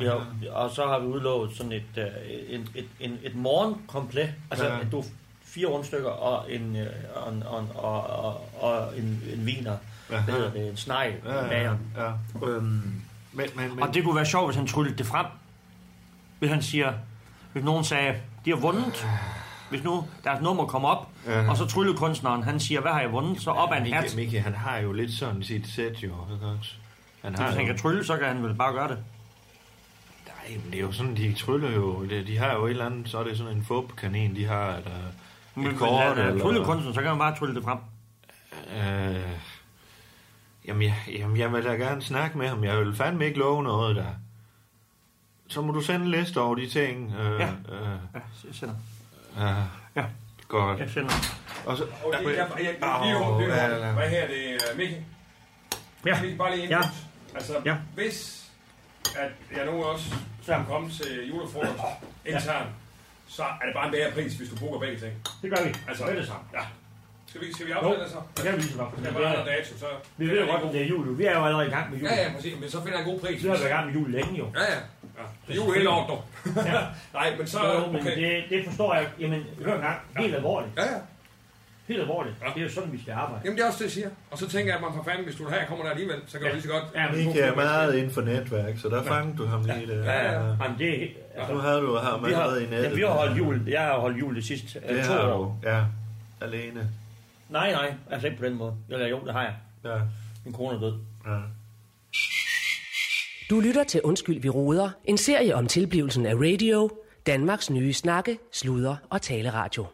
Speaker 4: vi har, og så har vi udlovet sådan et, øh, et, et, et, et morgenkomplet. Altså,
Speaker 5: Ja.
Speaker 4: ja. du fire rundstykker og en, øh, og en, og en, og, og, og en, en viner. Hvad
Speaker 5: Aha.
Speaker 4: hedder det? En snegl.
Speaker 5: Ja, ja, ja. ja.
Speaker 4: Øhm,
Speaker 5: Men, men, men,
Speaker 4: og det kunne være sjovt, hvis han tryllede det frem. Hvis han siger, hvis nogen sagde, de har vundet. Hvis nu deres nummer kommer op,
Speaker 5: Ja.
Speaker 4: og så tryllekunstneren, han siger, hvad har jeg vundet? Så op af en hat.
Speaker 5: Mikke, Mikke, han har jo lidt sådan sit sæt, jo. ikke også? Han har
Speaker 4: Hvis han
Speaker 5: jo,
Speaker 4: kan trylle, så kan han vel bare gøre det.
Speaker 5: nej, men det er jo sådan, de tryller jo. De, de har jo et eller andet, så er det sådan en fubkanin, de har, eller
Speaker 4: Men
Speaker 5: et kort,
Speaker 4: han er
Speaker 5: eller...
Speaker 4: tryllekunstner, så kan han bare trylle det frem.
Speaker 5: Øh, jamen, jeg, jamen, jeg vil da gerne snakke med ham. Jeg vil fandme ikke love noget, der... Så må du sende en liste over de ting. Øh,
Speaker 4: Ja.
Speaker 5: Øh,
Speaker 4: Ja, så jeg sender.
Speaker 5: ja.
Speaker 4: Ja,
Speaker 5: Godt.
Speaker 4: jeg sender.
Speaker 5: Og så,
Speaker 1: Og det, jeg, jeg, jeg, jeg, lige
Speaker 5: Åh,
Speaker 1: jo, lige
Speaker 5: ja, ja,
Speaker 1: jo.
Speaker 5: ja.
Speaker 1: Hvad her det, øh, Mikkel?
Speaker 4: Ja,
Speaker 1: Mikkel, bare lige
Speaker 4: ja.
Speaker 1: input. Altså,
Speaker 4: Ja.
Speaker 1: hvis at jeg nu også
Speaker 4: Ja.
Speaker 1: skulle komme til julefrokost internt, så er det bare en bedre pris, hvis du bruger begge ting.
Speaker 4: det gør vi.
Speaker 1: Altså,
Speaker 4: det er det samme.
Speaker 1: Ja. Skal vi, skal vi aftale det så?
Speaker 4: Det kan vi så godt.
Speaker 1: Skal jeg bare have dato, så...
Speaker 4: Vi ved jo godt, at det er jul. Vi er jo allerede i gang med jul.
Speaker 1: Ja, ja, præcis. Men så finder jeg en god pris.
Speaker 4: Vi har været i gang med jul længe jo.
Speaker 1: Ja, ja. ja. Det er jul hele året, dog. Nej, men så...
Speaker 4: Jo, men
Speaker 1: Okay.
Speaker 4: det, det forstår jeg. Jamen, hør en gang. Helt alvorligt.
Speaker 1: Ja, ja.
Speaker 4: Helt alvorligt.
Speaker 1: Ja.
Speaker 4: Det er jo sådan, vi skal arbejde.
Speaker 1: Jamen, det er også det, jeg siger. Og så tænker jeg, at man for fanden, hvis du er her, kommer der alligevel, så kan du lige så godt...
Speaker 4: Ja, men,
Speaker 5: Mikke er meget inden for netværk, så der fangede du ham lige der.
Speaker 1: Ja, ja, ja.
Speaker 4: jamen det er helt-
Speaker 5: Nu
Speaker 4: altså,
Speaker 5: havde du ham
Speaker 4: vi har,
Speaker 5: allerede i nettet.
Speaker 4: ja, vi har holdt jul. Jeg har holdt jul det sidste øh,
Speaker 5: Det
Speaker 4: to
Speaker 5: har
Speaker 4: år.
Speaker 5: du, ja. Alene.
Speaker 4: Nej, nej. Altså ikke på den måde. Eller jo, det har jeg.
Speaker 5: Ja.
Speaker 4: Min kone er død.
Speaker 5: ja.
Speaker 6: Du lytter til Undskyld, vi roder. En serie om tilblivelsen af radio. Danmarks nye snakke, sludre og taleradio.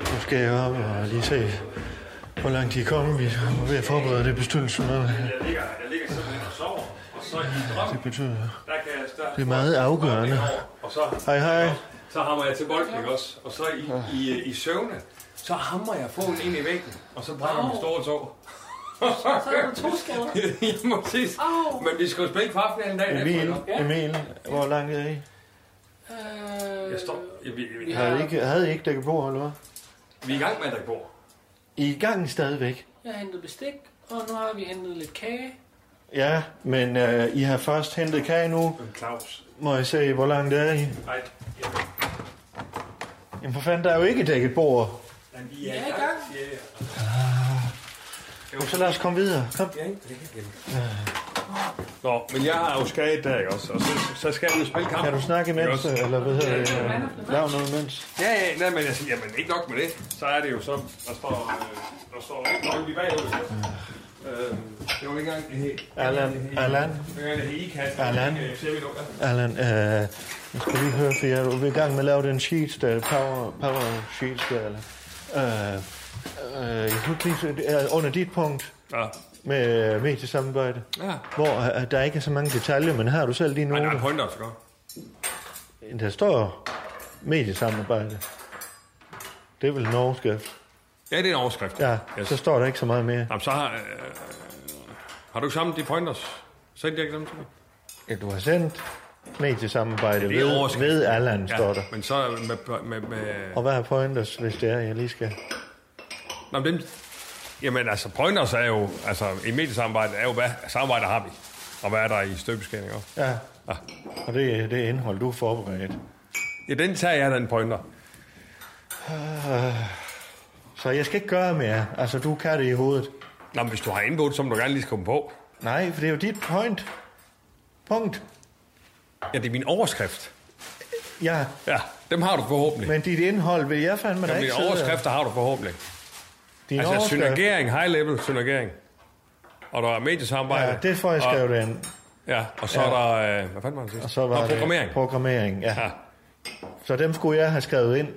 Speaker 2: Nu skal jeg op og lige se, hvor langt de er kommet. Vi er ved at forberede det bestyrelsesmøde.
Speaker 1: Jeg ligger, jeg ligger simpelthen og sover, og så i drømmen,
Speaker 2: Det betyder,
Speaker 1: der kan jeg... Der,
Speaker 2: det er meget afgørende.
Speaker 1: Og så
Speaker 2: Hej, hej.
Speaker 1: så hammer jeg til bolden, ikke også? Og så i, i, i søvne, så hammer jeg foden ind i væggen, og så brænder min store tog.
Speaker 3: Så er der to skader.
Speaker 1: jeg må sige,
Speaker 3: Au.
Speaker 1: men vi skal jo spille for aftenen en dag.
Speaker 2: Emil, Emil, hvor langt er I?
Speaker 1: Jeg står, jeg, vi, vi,
Speaker 2: Havde I ikke, havde I ikke dækket bord, eller hvad?
Speaker 1: vi er i gang med at drikke bord.
Speaker 2: I er i gang stadigvæk.
Speaker 7: Jeg har hentet bestik, og nu har vi hentet lidt kage.
Speaker 2: Ja, men øh, I har først hentet kage nu.
Speaker 1: Claus.
Speaker 2: Må jeg se, hvor langt er I?
Speaker 1: Nej,
Speaker 2: Jamen for fanden, der er jo ikke dækket bord.
Speaker 1: men vi er
Speaker 7: i gang.
Speaker 1: siger jeg.
Speaker 2: Jo, så lad os komme videre. Kom.
Speaker 1: Ja, ikke? Det kan jeg. Nå, men jeg har jo skadet der, ikke også? Og så, så skal vi spille kamp.
Speaker 2: Kan du snakke imens,
Speaker 1: Yes.
Speaker 2: eller hvad hedder det? Øh, lav noget imens.
Speaker 1: Ja, ja, nej, men jeg siger, jamen ikke nok med det. Så er det jo så, der står, øh, der står nok i bagud. Øh, det var ikke engang det her.
Speaker 2: Allan, Allan,
Speaker 1: Det var det ikast.
Speaker 2: Allan.
Speaker 1: Øh, ser vi nu, ja.
Speaker 2: Allan, øh, jeg skal lige høre, for jeg er jo i gang med at lave den sheets der, power, power sheets der, eller... Øh, øh, jeg kunne ikke lige, se- øh, under dit punkt
Speaker 1: Ja.
Speaker 2: med øh, mediesamarbejde,
Speaker 1: Ja.
Speaker 2: hvor øh, der ikke er så mange detaljer, men har du selv lige
Speaker 1: Ej, der er en
Speaker 2: nogle?
Speaker 1: pointer, så godt.
Speaker 2: Der står mediesamarbejde. Det er vel en overskrift.
Speaker 1: Ja, det er en overskrift.
Speaker 2: Ja,
Speaker 1: Yes.
Speaker 2: så står der ikke så meget mere.
Speaker 1: Jamen, så har, øh, har du ikke sammen de pointers? Send jeg dem til mig.
Speaker 2: Ja, du har sendt mediesamarbejde
Speaker 1: Det er
Speaker 2: ved,
Speaker 1: overskriften.
Speaker 2: ved Allan, ja. står der.
Speaker 1: men så øh, med... med, med
Speaker 2: Og hvad er pointers, hvis det er, jeg lige skal...
Speaker 1: Nå, men dem, jamen, altså, pointers er jo... Altså, et mediesamarbejde er jo, hvad samarbejder har vi? Og hvad er der i støbeskæring også?
Speaker 2: Ja,
Speaker 1: Ja.
Speaker 2: og det, øh, det er indhold, du er forberedt.
Speaker 1: ja, den tager jeg, den pointer.
Speaker 2: Så jeg skal ikke gøre mere. Altså, du kan det i hovedet.
Speaker 1: Nå, men hvis du har indbudt, så må du gerne lige komme på.
Speaker 2: Nej, for det er jo dit point. Punkt.
Speaker 1: Ja, det er min overskrift.
Speaker 2: Ja,
Speaker 1: Ja, dem har du forhåbentlig. Men,
Speaker 2: men dit indhold vil jeg fandme da
Speaker 1: men
Speaker 2: ikke
Speaker 1: mine
Speaker 2: sidde og-
Speaker 1: overskrifter har du forhåbentlig.
Speaker 2: Din
Speaker 1: altså,
Speaker 2: overskrift.
Speaker 1: synergering, high level synergering. Og der er mediesamarbejde.
Speaker 2: Ja, det får jeg
Speaker 1: og-
Speaker 2: skrevet ind.
Speaker 1: Ja, og så ja.
Speaker 2: Ja.
Speaker 1: er der... Øh, hvad fanden var det sidste?
Speaker 2: Og så var
Speaker 1: Nå, programmering.
Speaker 2: Det programmering, ja.
Speaker 1: Ja.
Speaker 2: ja. Så dem skulle jeg have skrevet ind.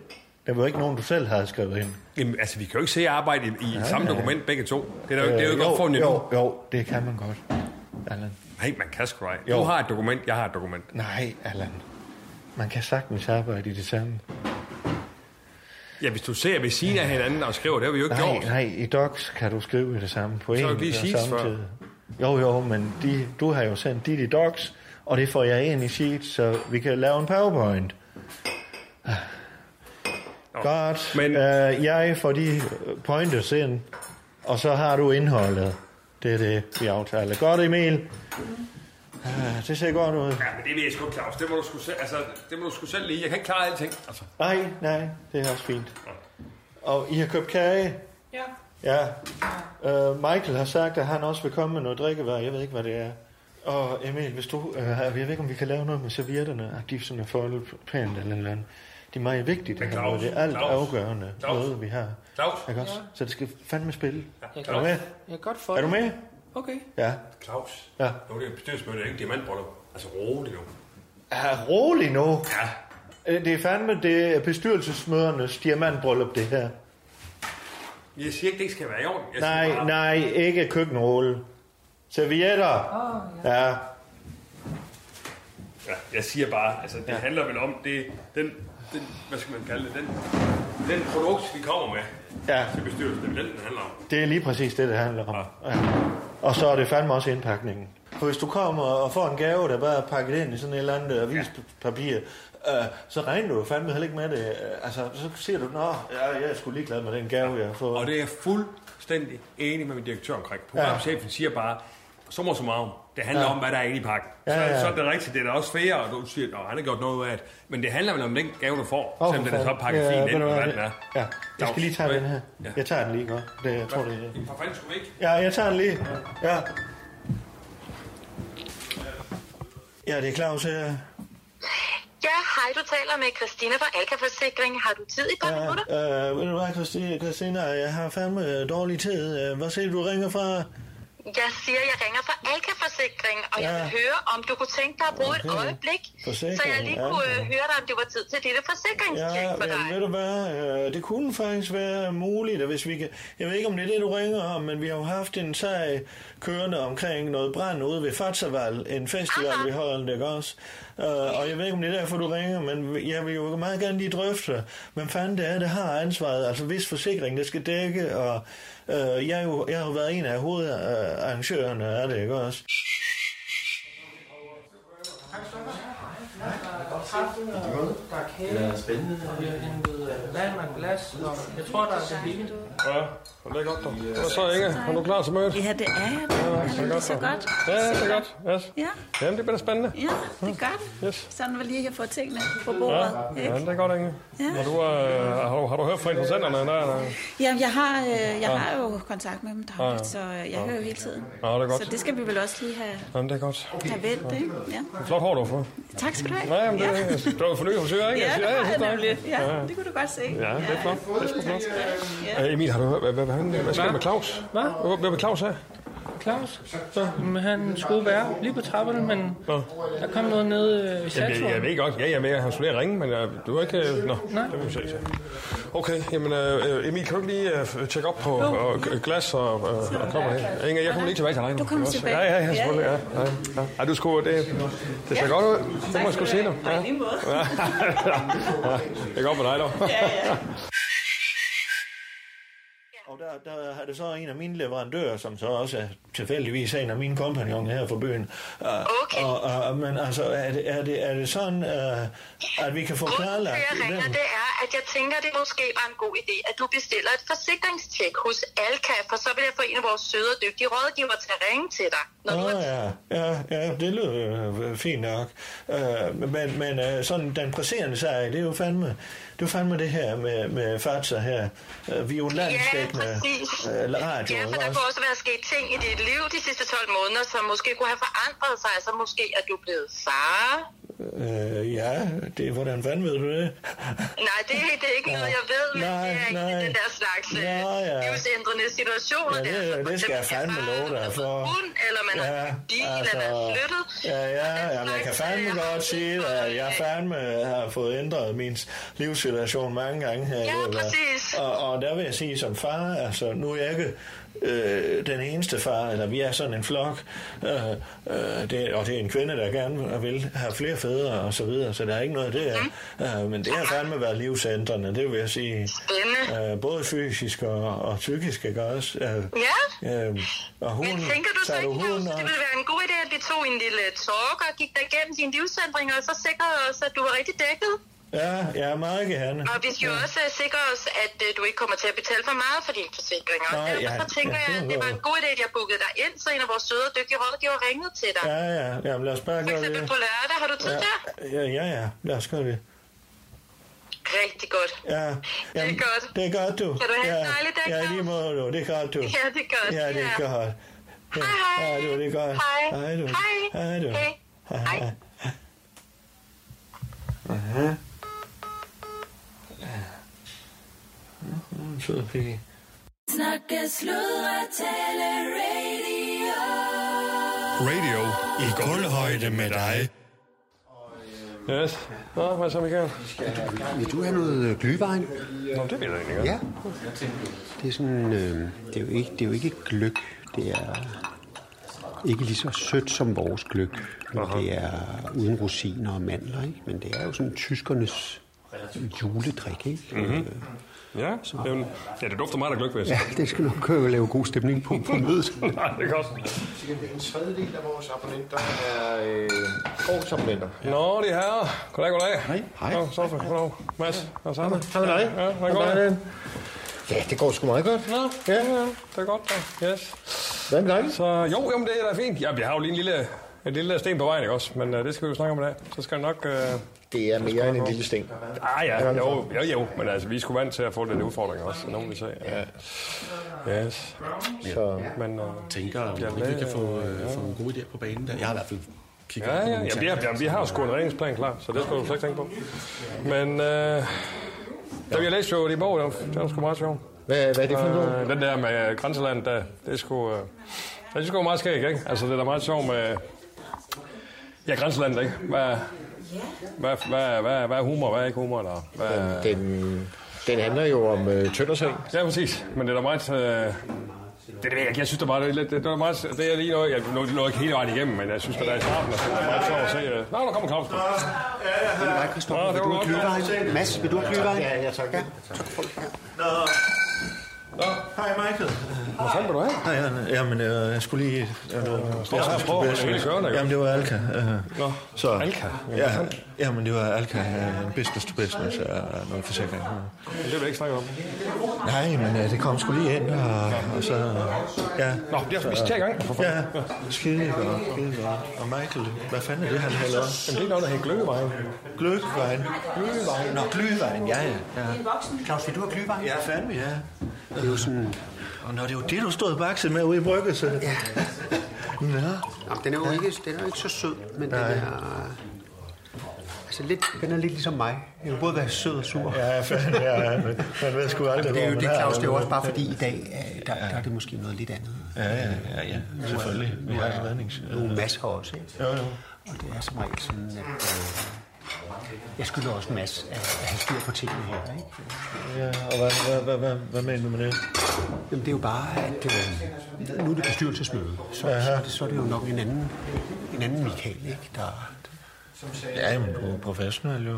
Speaker 2: Der var ikke nogen, du selv havde skrevet ind.
Speaker 1: Jamen, altså, vi kan jo ikke se arbejde i, i ja, samme
Speaker 2: ja.
Speaker 1: dokument begge to. Det er, der, jo- det er jo
Speaker 2: Øh,
Speaker 1: ikke opfundet
Speaker 2: jo,
Speaker 1: endnu.
Speaker 2: jo, jo, det kan man godt. Allan.
Speaker 1: Nej, man kan sgu ej.
Speaker 2: Jo.
Speaker 1: Du har et dokument, jeg har et dokument.
Speaker 2: Nej, Allan. Man kan sagtens arbejde i det samme.
Speaker 1: Ja, hvis du ser ved siden af hinanden og skriver, det har vi jo ikke
Speaker 2: Nej,
Speaker 1: gjort.
Speaker 2: nej, i Docs kan du skrive det samme på
Speaker 1: har du
Speaker 2: en
Speaker 1: ikke lige
Speaker 2: og
Speaker 1: Sheets
Speaker 2: samme
Speaker 1: før.
Speaker 2: tid. Jo, jo, men de, du har jo sendt dit i Docs, og det får jeg ind i Sheets, så vi kan lave en PowerPoint. Godt. Men...
Speaker 1: men-
Speaker 2: Øh, jeg får de øh, pointers ind, og så har du indholdet. Det er det, vi aftaler. Godt, Emil. Øh, det ser godt
Speaker 1: Ja,
Speaker 2: ud.
Speaker 1: men det ved jeg sgu, Claus. Det må du sgu selv, altså, det må du sgu selv lige. Jeg kan ikke klare alting. Altså.
Speaker 2: Nej, nej, det er også fint. Og I har købt kage?
Speaker 3: Ja.
Speaker 2: Ja. Øh, Michael har sagt, at han også vil komme med noget drikkevarer. Jeg ved ikke, hvad det er. Og Emil, hvis du, øh, jeg ved ikke, om vi kan lave noget med servietterne, at de sådan er foldet pænt eller noget andet. Det er meget vigtigt, det, her,
Speaker 1: Claus,
Speaker 2: noget. det er alt
Speaker 1: Claus,
Speaker 2: afgørende
Speaker 1: Claus.
Speaker 2: noget, vi har.
Speaker 1: Claus,
Speaker 2: Ikke også? Så det skal fandme spille.
Speaker 7: Jeg
Speaker 2: Er du
Speaker 7: godt,
Speaker 2: med?
Speaker 7: jeg kan godt for
Speaker 2: Er du med?
Speaker 7: Okay.
Speaker 2: Ja.
Speaker 1: Claus.
Speaker 2: Ja.
Speaker 1: Nu er det bestyrelsesmøde, det er ikke diamantbryllup. Altså rolig nu.
Speaker 2: Ja, rolig nu.
Speaker 1: Ja.
Speaker 2: Øh, Det er fandme det er bestyrelsesmødernes diamantbryllup, det her.
Speaker 1: Jeg siger ikke, det ikke skal være i orden. Jeg siger
Speaker 2: Nej,
Speaker 1: bare-
Speaker 2: nej, ikke køkkenrulle. Servietter.
Speaker 3: Åh, ja.
Speaker 2: Ja.
Speaker 1: Ja, jeg siger bare, altså det ja. handler vel om, det, den, den, hvad skal man kalde det, den, den produkt, vi kommer med
Speaker 2: Ja,
Speaker 1: til bestyrelsen, det er vel den, den handler om.
Speaker 2: det er lige præcis det, det handler om. Ja. Og så er det fandme også indpakningen. For hvis du kommer og får en gave, der bare er pakket ind i sådan et eller andet øh, avispapir, øh, så regner du jo fandme heller ikke med det. Øh, Altså, så siger du, nå, jeg, jeg er sgu ligeglad med den gave, jeg har fået.
Speaker 1: Og det er jeg fuldstændig enig med min direktør omkring. Programchefen ja. siger bare, summa summarum, det handler
Speaker 2: Ja.
Speaker 1: ja. om, hvad der er inde i pakken. Ja,
Speaker 2: Ja,
Speaker 1: ja,
Speaker 2: ja.
Speaker 1: ja. Så, så er det rigtigt, det er da også fair, og du siger, at han har gjort noget af det. Men det handler vel om den gave, du får,
Speaker 2: Åh,
Speaker 1: oh, selvom
Speaker 2: for
Speaker 1: den er så
Speaker 2: fanden.
Speaker 1: pakket ja, fint
Speaker 2: ved
Speaker 1: ind,
Speaker 2: du
Speaker 1: og
Speaker 2: hvad,
Speaker 1: hvad den
Speaker 2: det-
Speaker 1: er.
Speaker 2: Ja, jeg skal lige tage
Speaker 1: Dags.
Speaker 2: den her.
Speaker 1: Ja.
Speaker 2: Jeg tager den lige godt. Det, jeg tror, det er det.
Speaker 1: Jamen, For fanden skulle vi ikke?
Speaker 2: Ja, jeg tager den lige. Ja. Ja, det er Claus her.
Speaker 8: Ja, hej, du taler med Christina fra Alka Forsikring. Har du tid i et par
Speaker 2: Ja,
Speaker 8: minutter?
Speaker 2: øh, ved du hvad, Christi- Christina, jeg har fandme øh, dårlig tid. Øh, Hvad siger du, ringer fra?
Speaker 8: Jeg siger, jeg ringer fra Alka Forsikring, og jeg
Speaker 2: Ja.
Speaker 8: vil høre, om du kunne tænke dig at bruge et
Speaker 2: Okay.
Speaker 8: øjeblik,
Speaker 2: Forsikring,
Speaker 8: så jeg lige kunne øh,
Speaker 2: Alka.
Speaker 8: høre dig, om det var tid til dette forsikringstjek
Speaker 2: Ja,
Speaker 8: for dig.
Speaker 2: men ved du hvad, øh, det kunne faktisk være muligt, at hvis vi kan... Jeg ved ikke, om det er det, du ringer om, men vi har jo haft en sag kørende omkring noget brand ude ved Fatsaval, en festival,
Speaker 8: Aha.
Speaker 2: vi holder, ikke også? Øh, og jeg ved ikke, om det er derfor, du ringer, men jeg vil jo meget gerne lige drøfte, hvem fanden det er, der har ansvaret, altså hvis forsikring, det skal dække, og øh, jeg, er jo, jeg har jo været en af hovedarrangørerne af det, ikke også?
Speaker 7: Der er kage. Det er spændende. Og vi har hentet øh, vand og glas. Og jeg tror, der er det hele.
Speaker 1: Ja, det er godt, du. Hvad så, Inge? Er du klar til mødet?
Speaker 9: Ja, det er jeg. da. Det er så godt.
Speaker 1: Ja, det er godt. Yes.
Speaker 9: Ja,
Speaker 1: Jamen, det bliver spændende.
Speaker 9: ja, det gør det.
Speaker 1: Yes.
Speaker 9: Sådan var lige, at jeg får tingene på bordet.
Speaker 1: Ja,
Speaker 9: Ikke?
Speaker 1: det er godt, Inge.
Speaker 9: Ja.
Speaker 1: Og du, øh, har, du- har du hørt fra interessenterne? Nej, nej.
Speaker 9: Jamen, jeg har, øh, jeg har jo kontakt med dem dagligt, så øh, jeg hører jo hele tiden.
Speaker 1: Ja, det er godt.
Speaker 9: Så det skal vi vel også lige have,
Speaker 1: Jamen, det er godt.
Speaker 9: have vendt, ikke? Ja.
Speaker 1: Flot hår, du har fået.
Speaker 9: Tak skal du have.
Speaker 1: Nej, men det,
Speaker 9: ja.
Speaker 1: du har jo fornyet frisør, ikke?
Speaker 9: Ja,
Speaker 1: Jeg
Speaker 9: det
Speaker 1: siger,
Speaker 9: har jeg
Speaker 1: synes, det er-
Speaker 9: nemlig. Ja, det kunne du godt se.
Speaker 1: Ja, det er flot. Det er sgu flot.
Speaker 9: Ja.
Speaker 1: Øh, Emil, har du hørt, hvad, hvad, hvad, hvad sker der med Claus?
Speaker 7: Hvad?
Speaker 1: Hvad, hvad med Claus her?
Speaker 7: Claus? Jamen, han skulle være lige på trapperne, men
Speaker 1: Nå.
Speaker 7: der kom noget nede øh, i
Speaker 1: Jamen, jeg, jeg
Speaker 7: Saturn.
Speaker 1: ved godt, ja, jeg er med, han skulle lige ringe, men øh, du er ikke... Øh, nå,
Speaker 7: Nej.
Speaker 1: det må vi se til. Okay, jamen øh, øh, Emil, kan du ikke lige øh, f- tjekke op på øh, g- glas og, øh, og kommer her? Inger, jeg kommer lige tilbage til dig nu.
Speaker 9: Du kommer
Speaker 1: Ikke også?
Speaker 9: tilbage.
Speaker 1: Ja, ja,
Speaker 9: Ja,
Speaker 1: ja, selvfølgelig. Ja, ja, ja. Ej, du skulle, det, det ser godt ud. Det må jeg sgu se nu. Ja.
Speaker 9: På en måde.
Speaker 1: Ja. ja, det er godt med dig, dog.
Speaker 2: Og der, der er det så en af mine leverandører, som så også er tilfældigvis en af mine kompagnoner her fra byen. Uh,
Speaker 8: Okay.
Speaker 2: Og, og, men altså, er det, er det, er det sådan, uh, at vi kan få
Speaker 8: Grunden
Speaker 2: klarlagt
Speaker 8: til, at jeg ringer,
Speaker 2: den?
Speaker 8: det er, at jeg tænker, det måske var en god idé, at du bestiller et forsikringstjek hos Alka, for så vil jeg få en af vores søde og dygtige rådgiver til at ringe til dig, når du
Speaker 2: Nå
Speaker 8: er
Speaker 2: ja, ja, ja, det lyder øh, fint nok. Uh, men men uh, sådan den presserende sag, det er jo fandme det, er jo fandme det her med, med Fatsa her. Uh, vi er jo en landsdækkende
Speaker 8: præcis.
Speaker 2: uh, radio.
Speaker 8: Ja, for
Speaker 2: ikke også?
Speaker 8: der kunne også være sket ting i dit liv de sidste 12 måneder, som måske kunne have forandret sig, så måske er du blevet far.
Speaker 2: Øh, ja, det, hvordan fanden ved du det?
Speaker 8: Nej, det, det er ikke noget, jeg ved, men
Speaker 2: Nej,
Speaker 8: det er ikke
Speaker 2: nej.
Speaker 8: den der slags øh,
Speaker 2: Ja, ja.
Speaker 8: livsændrende situationer.
Speaker 2: Ja, det-
Speaker 8: der,
Speaker 2: det skal jeg fandme love dig for.
Speaker 8: Hund, eller man har
Speaker 2: Ja,
Speaker 8: en bil, altså, eller er flyttet.
Speaker 2: ja, ja, ja, men jeg kan
Speaker 8: øh,
Speaker 2: fandme godt sige, at jeg fandme har fået ændret min livssituation mange gange her. i
Speaker 8: Ja,
Speaker 2: løbet af-
Speaker 8: præcis.
Speaker 2: Og, og der vil jeg sige som far, altså nu er jeg ikke øh, den eneste far, eller vi er sådan en flok, øh, øh, det, og det er en kvinde, der gerne vil have flere fædre og så videre, så der er ikke noget der.
Speaker 8: Mhm.
Speaker 2: Øh, men det har fandme været livscentrene, det vil jeg sige.
Speaker 8: Spændende.
Speaker 2: Øh, både fysisk og, og psykisk, ikke også? Øh,
Speaker 8: Ja.
Speaker 2: øh, og hun,
Speaker 8: Men tænker du så
Speaker 2: tager
Speaker 8: ikke,
Speaker 2: hunden
Speaker 8: Claus, det
Speaker 2: op?
Speaker 8: ville være en god idé, at vi tog en lille talk og gik dig igennem dine livsændringer, og så sikrede os, at du var rigtig dækket?
Speaker 2: Ja, jeg er meget gerne.
Speaker 8: Og vi skal jo også øh, sikre os, at øh, du ikke kommer til at betale for meget for dine forsikringer.
Speaker 2: Nej,
Speaker 8: Nej, Derfor
Speaker 2: ja,
Speaker 8: så tænker
Speaker 2: ja,
Speaker 8: jeg, at det var en god idé, at jeg bookede dig ind, så en af vores søde og dygtige rådgiver ringede til dig.
Speaker 2: Ja, ja, ja, lad os bare
Speaker 8: For
Speaker 2: gøre
Speaker 8: eksempel
Speaker 2: det.
Speaker 8: på lørdag, har du tid
Speaker 2: Ja,
Speaker 8: der?
Speaker 2: ja, ja, ja, lad os gøre det.
Speaker 8: Rigtig godt.
Speaker 2: Ja, jamen,
Speaker 8: godt.
Speaker 2: Det er godt, du.
Speaker 8: Kan du have en
Speaker 2: ja,
Speaker 8: dejlig dag,
Speaker 2: Ja,
Speaker 8: Claus?
Speaker 2: lige måde, du. Det er godt, du.
Speaker 8: Ja, det er godt.
Speaker 2: Ja, det er
Speaker 8: Ja.
Speaker 2: godt. Ja,
Speaker 8: Hej, hej.
Speaker 2: Ja, du, det er godt.
Speaker 8: Hej.
Speaker 2: Hej, du.
Speaker 8: Hej.
Speaker 2: Hej, du.
Speaker 8: Hej. Hej.
Speaker 2: Aha. Nå, hun er en sød pige.
Speaker 3: Snakke, sludre, tale, radio.
Speaker 1: Radio i guldhøjde med dig. Yes. Nå, hvad så, Michael?
Speaker 10: Vil du have noget øh, glühwein?
Speaker 1: Nå, det vil jeg egentlig godt.
Speaker 10: Ja. Det er sådan, øh, det, er jo ikke, det er jo ikke gløk. Det er ikke lige så sødt som vores gløk. Men det er uden rosiner og mandler, ikke? Men det er jo sådan tyskernes juledrik, ikke? Mm-hmm.
Speaker 1: Ja, så det, er jo- ja, det dufter meget af gløk, vil jeg
Speaker 10: Ja,
Speaker 1: sige.
Speaker 10: det skal nok øh, lave god stemning på, på mødet.
Speaker 1: Nej, det kan også.
Speaker 5: En tredjedel af vores abonnenter er øh, årsabonnenter.
Speaker 1: Nå, det er herrer. Goddag, goddag. Hej.
Speaker 5: Hej.
Speaker 1: Nå, Sofie, goddag. Mads, hvad så? Hej
Speaker 5: med dig.
Speaker 1: Ja, hvad går det?
Speaker 5: Ja, det går sgu meget godt.
Speaker 1: Nå, ja, ja, det er godt. da. Yes.
Speaker 5: Hvad med dig?
Speaker 1: Så jo, jo, men det er da fint. Ja, vi har jo lige en lille, en lille sten på vejen, ikke også? Men øh, det skal vi jo snakke om i dag. Så skal jeg nok... Øh...
Speaker 5: Det er mere end en lille sten.
Speaker 1: Ah ja, jo, jo, jo, men altså, vi er sgu vant til at få lidt udfordringer også, nogen vil sige. Ja. Yes.
Speaker 5: Så
Speaker 1: Men, øh,
Speaker 10: tænker, om
Speaker 1: Ja,
Speaker 10: ja, vi
Speaker 1: hvad-
Speaker 10: kan få, øh, få nogle gode idéer på banen. Der. Jeg har i hvert fald kigget
Speaker 1: ja,
Speaker 10: på
Speaker 1: ja,
Speaker 10: nogle
Speaker 1: ja, vi, har,
Speaker 10: tanker.
Speaker 1: ja, vi har jo sgu en redningsplan klar, så det skal du slet ikke tænke på. Men, øh, da vi læste jo de bog, det var, det var sgu meget sjovt.
Speaker 5: hvad, hvad er det for noget?
Speaker 1: Øh, den der med øh, grænseland, der, det er sgu, øh, det er sgu meget skægt, ikke? Altså, det er da meget sjovt med... Ja, grænselandet, ikke? Hvad, hvad, hvad, hvad, hvad er humor, hvad er ikke humor, eller hvad er...
Speaker 5: Den, den handler jo om øh, tønderseng.
Speaker 1: Ja, præcis. Men det er da meget... Øh, det, er det ved jeg ikke. Jeg synes, det var lidt... Det, det var meget... Det er lige noget... Jeg nåede nåede ikke hele vejen igennem, men jeg synes, det er i starten. Og så er det meget sjovt at se... Øh. Nå, nu kommer Claus.
Speaker 10: Nej, Christoffer,
Speaker 1: Nå,
Speaker 10: vil
Speaker 1: det
Speaker 10: du
Speaker 1: var
Speaker 10: have glühwein? Mads, vil du have glühwein? Ja, ja, tak. Ja.
Speaker 2: Hej, Michael.
Speaker 1: Hvad fanden vil du have?
Speaker 2: Hej, Anne. Jamen, øh, jeg skulle lige... Øh, øh,
Speaker 1: står og prøver at holde hele kørende, ikke?
Speaker 2: Jamen, det var Alka. Øh.
Speaker 1: Nå,
Speaker 2: Så,
Speaker 1: Alka?
Speaker 2: Ja, jamen, det var Alka. Øh, business to business og noget forsikring.
Speaker 1: men det vil jeg ikke snakke om.
Speaker 2: Nej, men øh, det kom sgu lige ind, og, og så... Ja.
Speaker 1: Nå, det er vist til i gang. For fanden.
Speaker 2: Ja, skide godt, skide godt. Og Michael, hvad fanden er det, han hælder op?
Speaker 1: Jamen, det er noget, der hedder gløbevejen.
Speaker 2: Gløhvejen. Gløhvejen. Nå, gløhvejen, ja, ja. ja.
Speaker 10: Claus, vil du have glühwein?
Speaker 2: Ja, fandme, ja.
Speaker 10: Det er jo sådan...
Speaker 2: Og når det er jo det, du stod og bakset med ude i brygget, så... Ja. Nå.
Speaker 10: Jamen, den er jo ikke, den er jo ikke så sød, men den er... Altså, lidt, den er lidt ligesom mig. Jeg kan både være sød og sur.
Speaker 2: Ja, fandme, ja. Men man ved sgu aldrig,
Speaker 10: Det er jo
Speaker 2: hvor
Speaker 10: det,
Speaker 2: man er.
Speaker 10: Claus, det er jo også bare fordi i dag, øh, der, der er det måske noget lidt andet.
Speaker 2: Ja, ja, ja, ja. Selvfølgelig. Vi har en rednings...
Speaker 10: Nu er Mads her også, ikke?
Speaker 2: Jo, jo.
Speaker 10: Og det er som regel sådan, at øh, jeg skylder også Mads at, at have styr på tingene her, ikke?
Speaker 2: Ja, og hvad, hvad, hvad, hvad, hvad mener du med det?
Speaker 10: Jamen, det er jo bare, at øh, nu er det bestyrelsesmøde, så, så, er det, så er det jo nok en anden, en anden Michael, ikke? Der,
Speaker 2: Ja, jamen, du er professionel jo.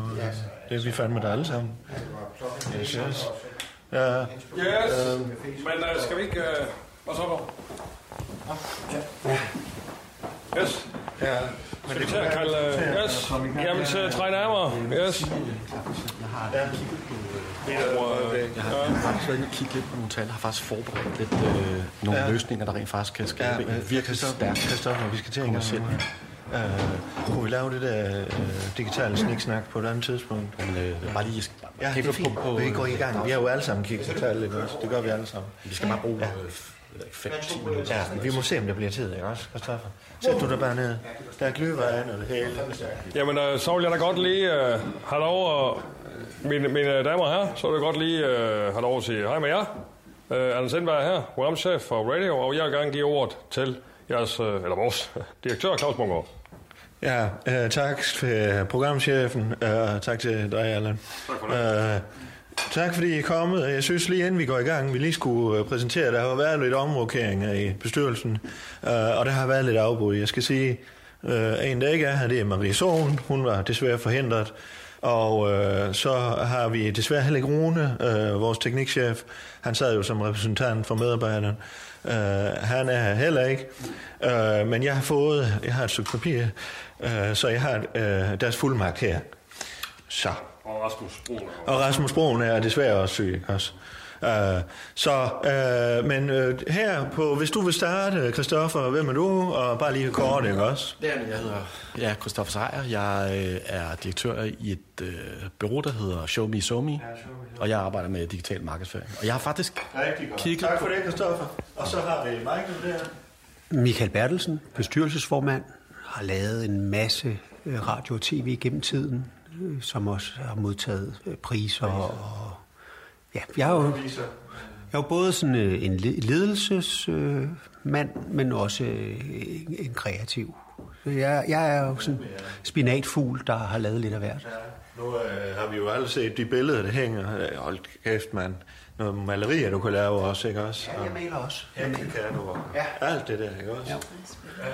Speaker 2: Det er vi fandme dig alle sammen. Yes, yes. Ja,
Speaker 1: Yes. Men øh, skal vi ikke... Øh, hvad så på? Yes.
Speaker 2: ja.
Speaker 1: Skal vi til at kalde... Øh, yes. Jamen, så træk nærmere. Yes.
Speaker 10: jeg har, jeg har faktisk været inde og kigge lidt på nogle tal, har faktisk forberedt lidt øh, nogle
Speaker 2: Ja.
Speaker 10: løsninger, der rent faktisk kan skabe
Speaker 2: Ja, men Christoffer, Christoffer, vi skal til en gang selv. Uh, kunne vi lave det der uh, digitale sniksnak på et andet tidspunkt?
Speaker 10: Øh, bare lige, jeg skal,
Speaker 2: Ja, det er fint. Vi går i gang. Vi har jo alle sammen kigget på tallet, ikke også? Det gør vi alle sammen.
Speaker 10: vi skal bare bruge øh, 5-10 minutter.
Speaker 2: Ja, vi må se, om der bliver tid, ikke også, Christoffer? Sæt du dig bare ned. Der er gløvejen og det hele.
Speaker 1: Jamen, øh, så vil jeg da godt lige øh, have lov at... Mine, mine damer og herrer, så vil jeg godt lige øh, have lov at sige hej med jer. Øh, Anders Sindberg her, programchef for Radio, og jeg vil gerne give ordet til jeres, øh, eller vores, direktør Claus Bunker.
Speaker 2: Ja, øh, tak til programchefen, og tak til dig, Allan. Tak for det. Øh, Tak fordi I er kommet. Jeg synes lige inden vi går i gang, vi lige skulle øh, præsentere, at der har jo været lidt omrokeringer i bestyrelsen, øh, og der har været lidt afbrud. Jeg skal sige, øh, en der ikke er her, det er Marie Sohn. Hun var desværre forhindret. Og øh, så har vi desværre heller ikke Rune, øh, vores teknikchef. Han sad jo som repræsentant for medarbejderne. Øh, han er her heller ikke. Øh, men jeg har fået, jeg har et stykke papir, øh, så jeg har øh, deres fuldmagt her. Så.
Speaker 1: Og Rasmus Broen.
Speaker 2: Og Rasmus Broen er desværre også syg. Også. Uh, så, uh, men uh, her på, hvis du vil starte, Christoffer, hvem er du? Og bare lige kort, ikke også?
Speaker 11: Det er det, jeg hedder. Jeg er Christoffer Sejer. Jeg øh, er direktør i et øh, bureau, der hedder Show Me Show Me. Og jeg arbejder med digital markedsføring. Og jeg har faktisk
Speaker 2: Rigtig godt.
Speaker 11: Kigge
Speaker 2: Tak for det, Christoffer. Og så har vi Michael der.
Speaker 10: Michael Bertelsen, bestyrelsesformand, har lavet en masse øh, radio og tv gennem tiden, øh, som også har modtaget øh, priser. Og, ja, jeg er jo, jeg er jo både sådan øh, en ledelsesmand, mand, men også øh, en- en kreativ. Så jeg, jeg er jo sådan en spinatfugl, der har lavet lidt af hvert.
Speaker 2: Nu øh, har vi jo alle set de billeder, der hænger. Øh, Hold kæft, mand. Nogle malerier, du kan lave også, ikke også? Ja, jeg
Speaker 10: maler også.
Speaker 2: Hækkekerner ja. alt det der, ikke også? Øh,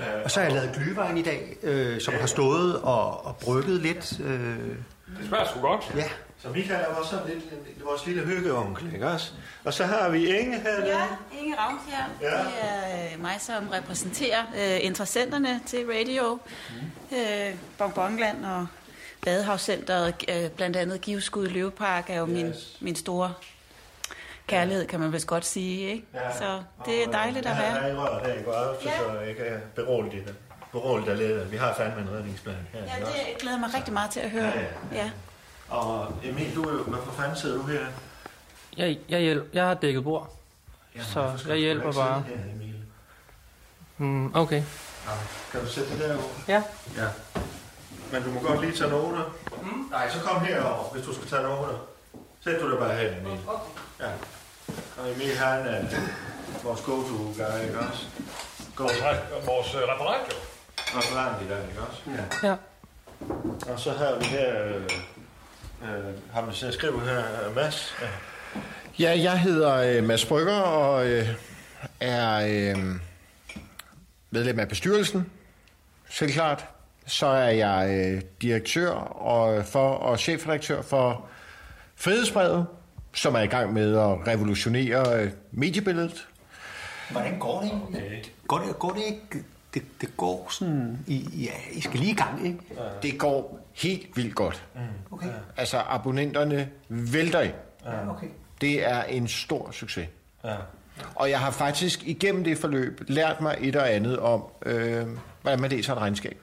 Speaker 2: Ja.
Speaker 10: Og så har jeg lavet glyvejen i dag, øh, som har stået og, og brygget lidt. Øh,
Speaker 1: Det smager sgu godt.
Speaker 10: Ja.
Speaker 2: Så Michael er også sådan lidt lidt vores lille hyggeonkel, ikke også? Og så har vi Inge her.
Speaker 9: Ja, Inge Ravnkjær. Det er øh, mig, som repræsenterer øh, interessenterne til radio.
Speaker 4: Mhm.
Speaker 9: Øh, Bonbonland og Badehavscenteret, øh, blandt andet Giveskud Løvepark, er jo yes. min, min store kærlighed, kan man vist godt sige. Ikke? Ja. Så det
Speaker 2: øh,
Speaker 9: er dejligt at være.
Speaker 2: Jeg har i røret her i går aftes, så jeg kan berolige dig. Berolig dig lidt. Vi har fandme en redningsplan her.
Speaker 9: Ja, det glæder jeg mig rigtig meget til at høre.
Speaker 2: Ja, ja.
Speaker 9: Ja.
Speaker 2: Og Emil, du, er jo- hvorfor fanden sidder du her?
Speaker 7: Jeg, jeg, hjælp, jeg har dækket bord, så jeg hjælper bare. Mm, okay.
Speaker 2: Kan du sætte det derovre?
Speaker 7: Ja.
Speaker 2: Ja. Men du må godt lige tage noter. Mm. Nej, så kom herover, hvis du skal tage noter. Sæt du dig bare her, Emil. Ja. Og Emil, han er vores go-to-guy, ikke også? Go
Speaker 1: Vores øh, referent, jo.
Speaker 2: Referent i dag, ikke også?
Speaker 7: Ja. ja.
Speaker 2: Og så har vi her... Øh, øh, har man til at skrive her, øh, Mads? Ja.
Speaker 12: Ja, jeg hedder øh, Mads Brygger og øh, er øh, medlem af bestyrelsen, selvklart. Så er jeg øh, direktør og, øh, for, og chefredaktør for Frihedsbrevet, som er i gang med at revolutionere øh, mediebilledet.
Speaker 10: Hvordan går det egentlig? Går det, går det ikke? Det, det går sådan... I, ja, I skal lige i gang, ikke?
Speaker 12: Det går helt vildt godt.
Speaker 10: Okay.
Speaker 12: Altså, abonnenterne vælter ind.
Speaker 10: Ja, okay.
Speaker 12: Det er en stor succes.
Speaker 2: Ja.
Speaker 12: Og jeg har faktisk igennem det forløb lært mig et og andet om, øh, hvordan man læser et regnskab,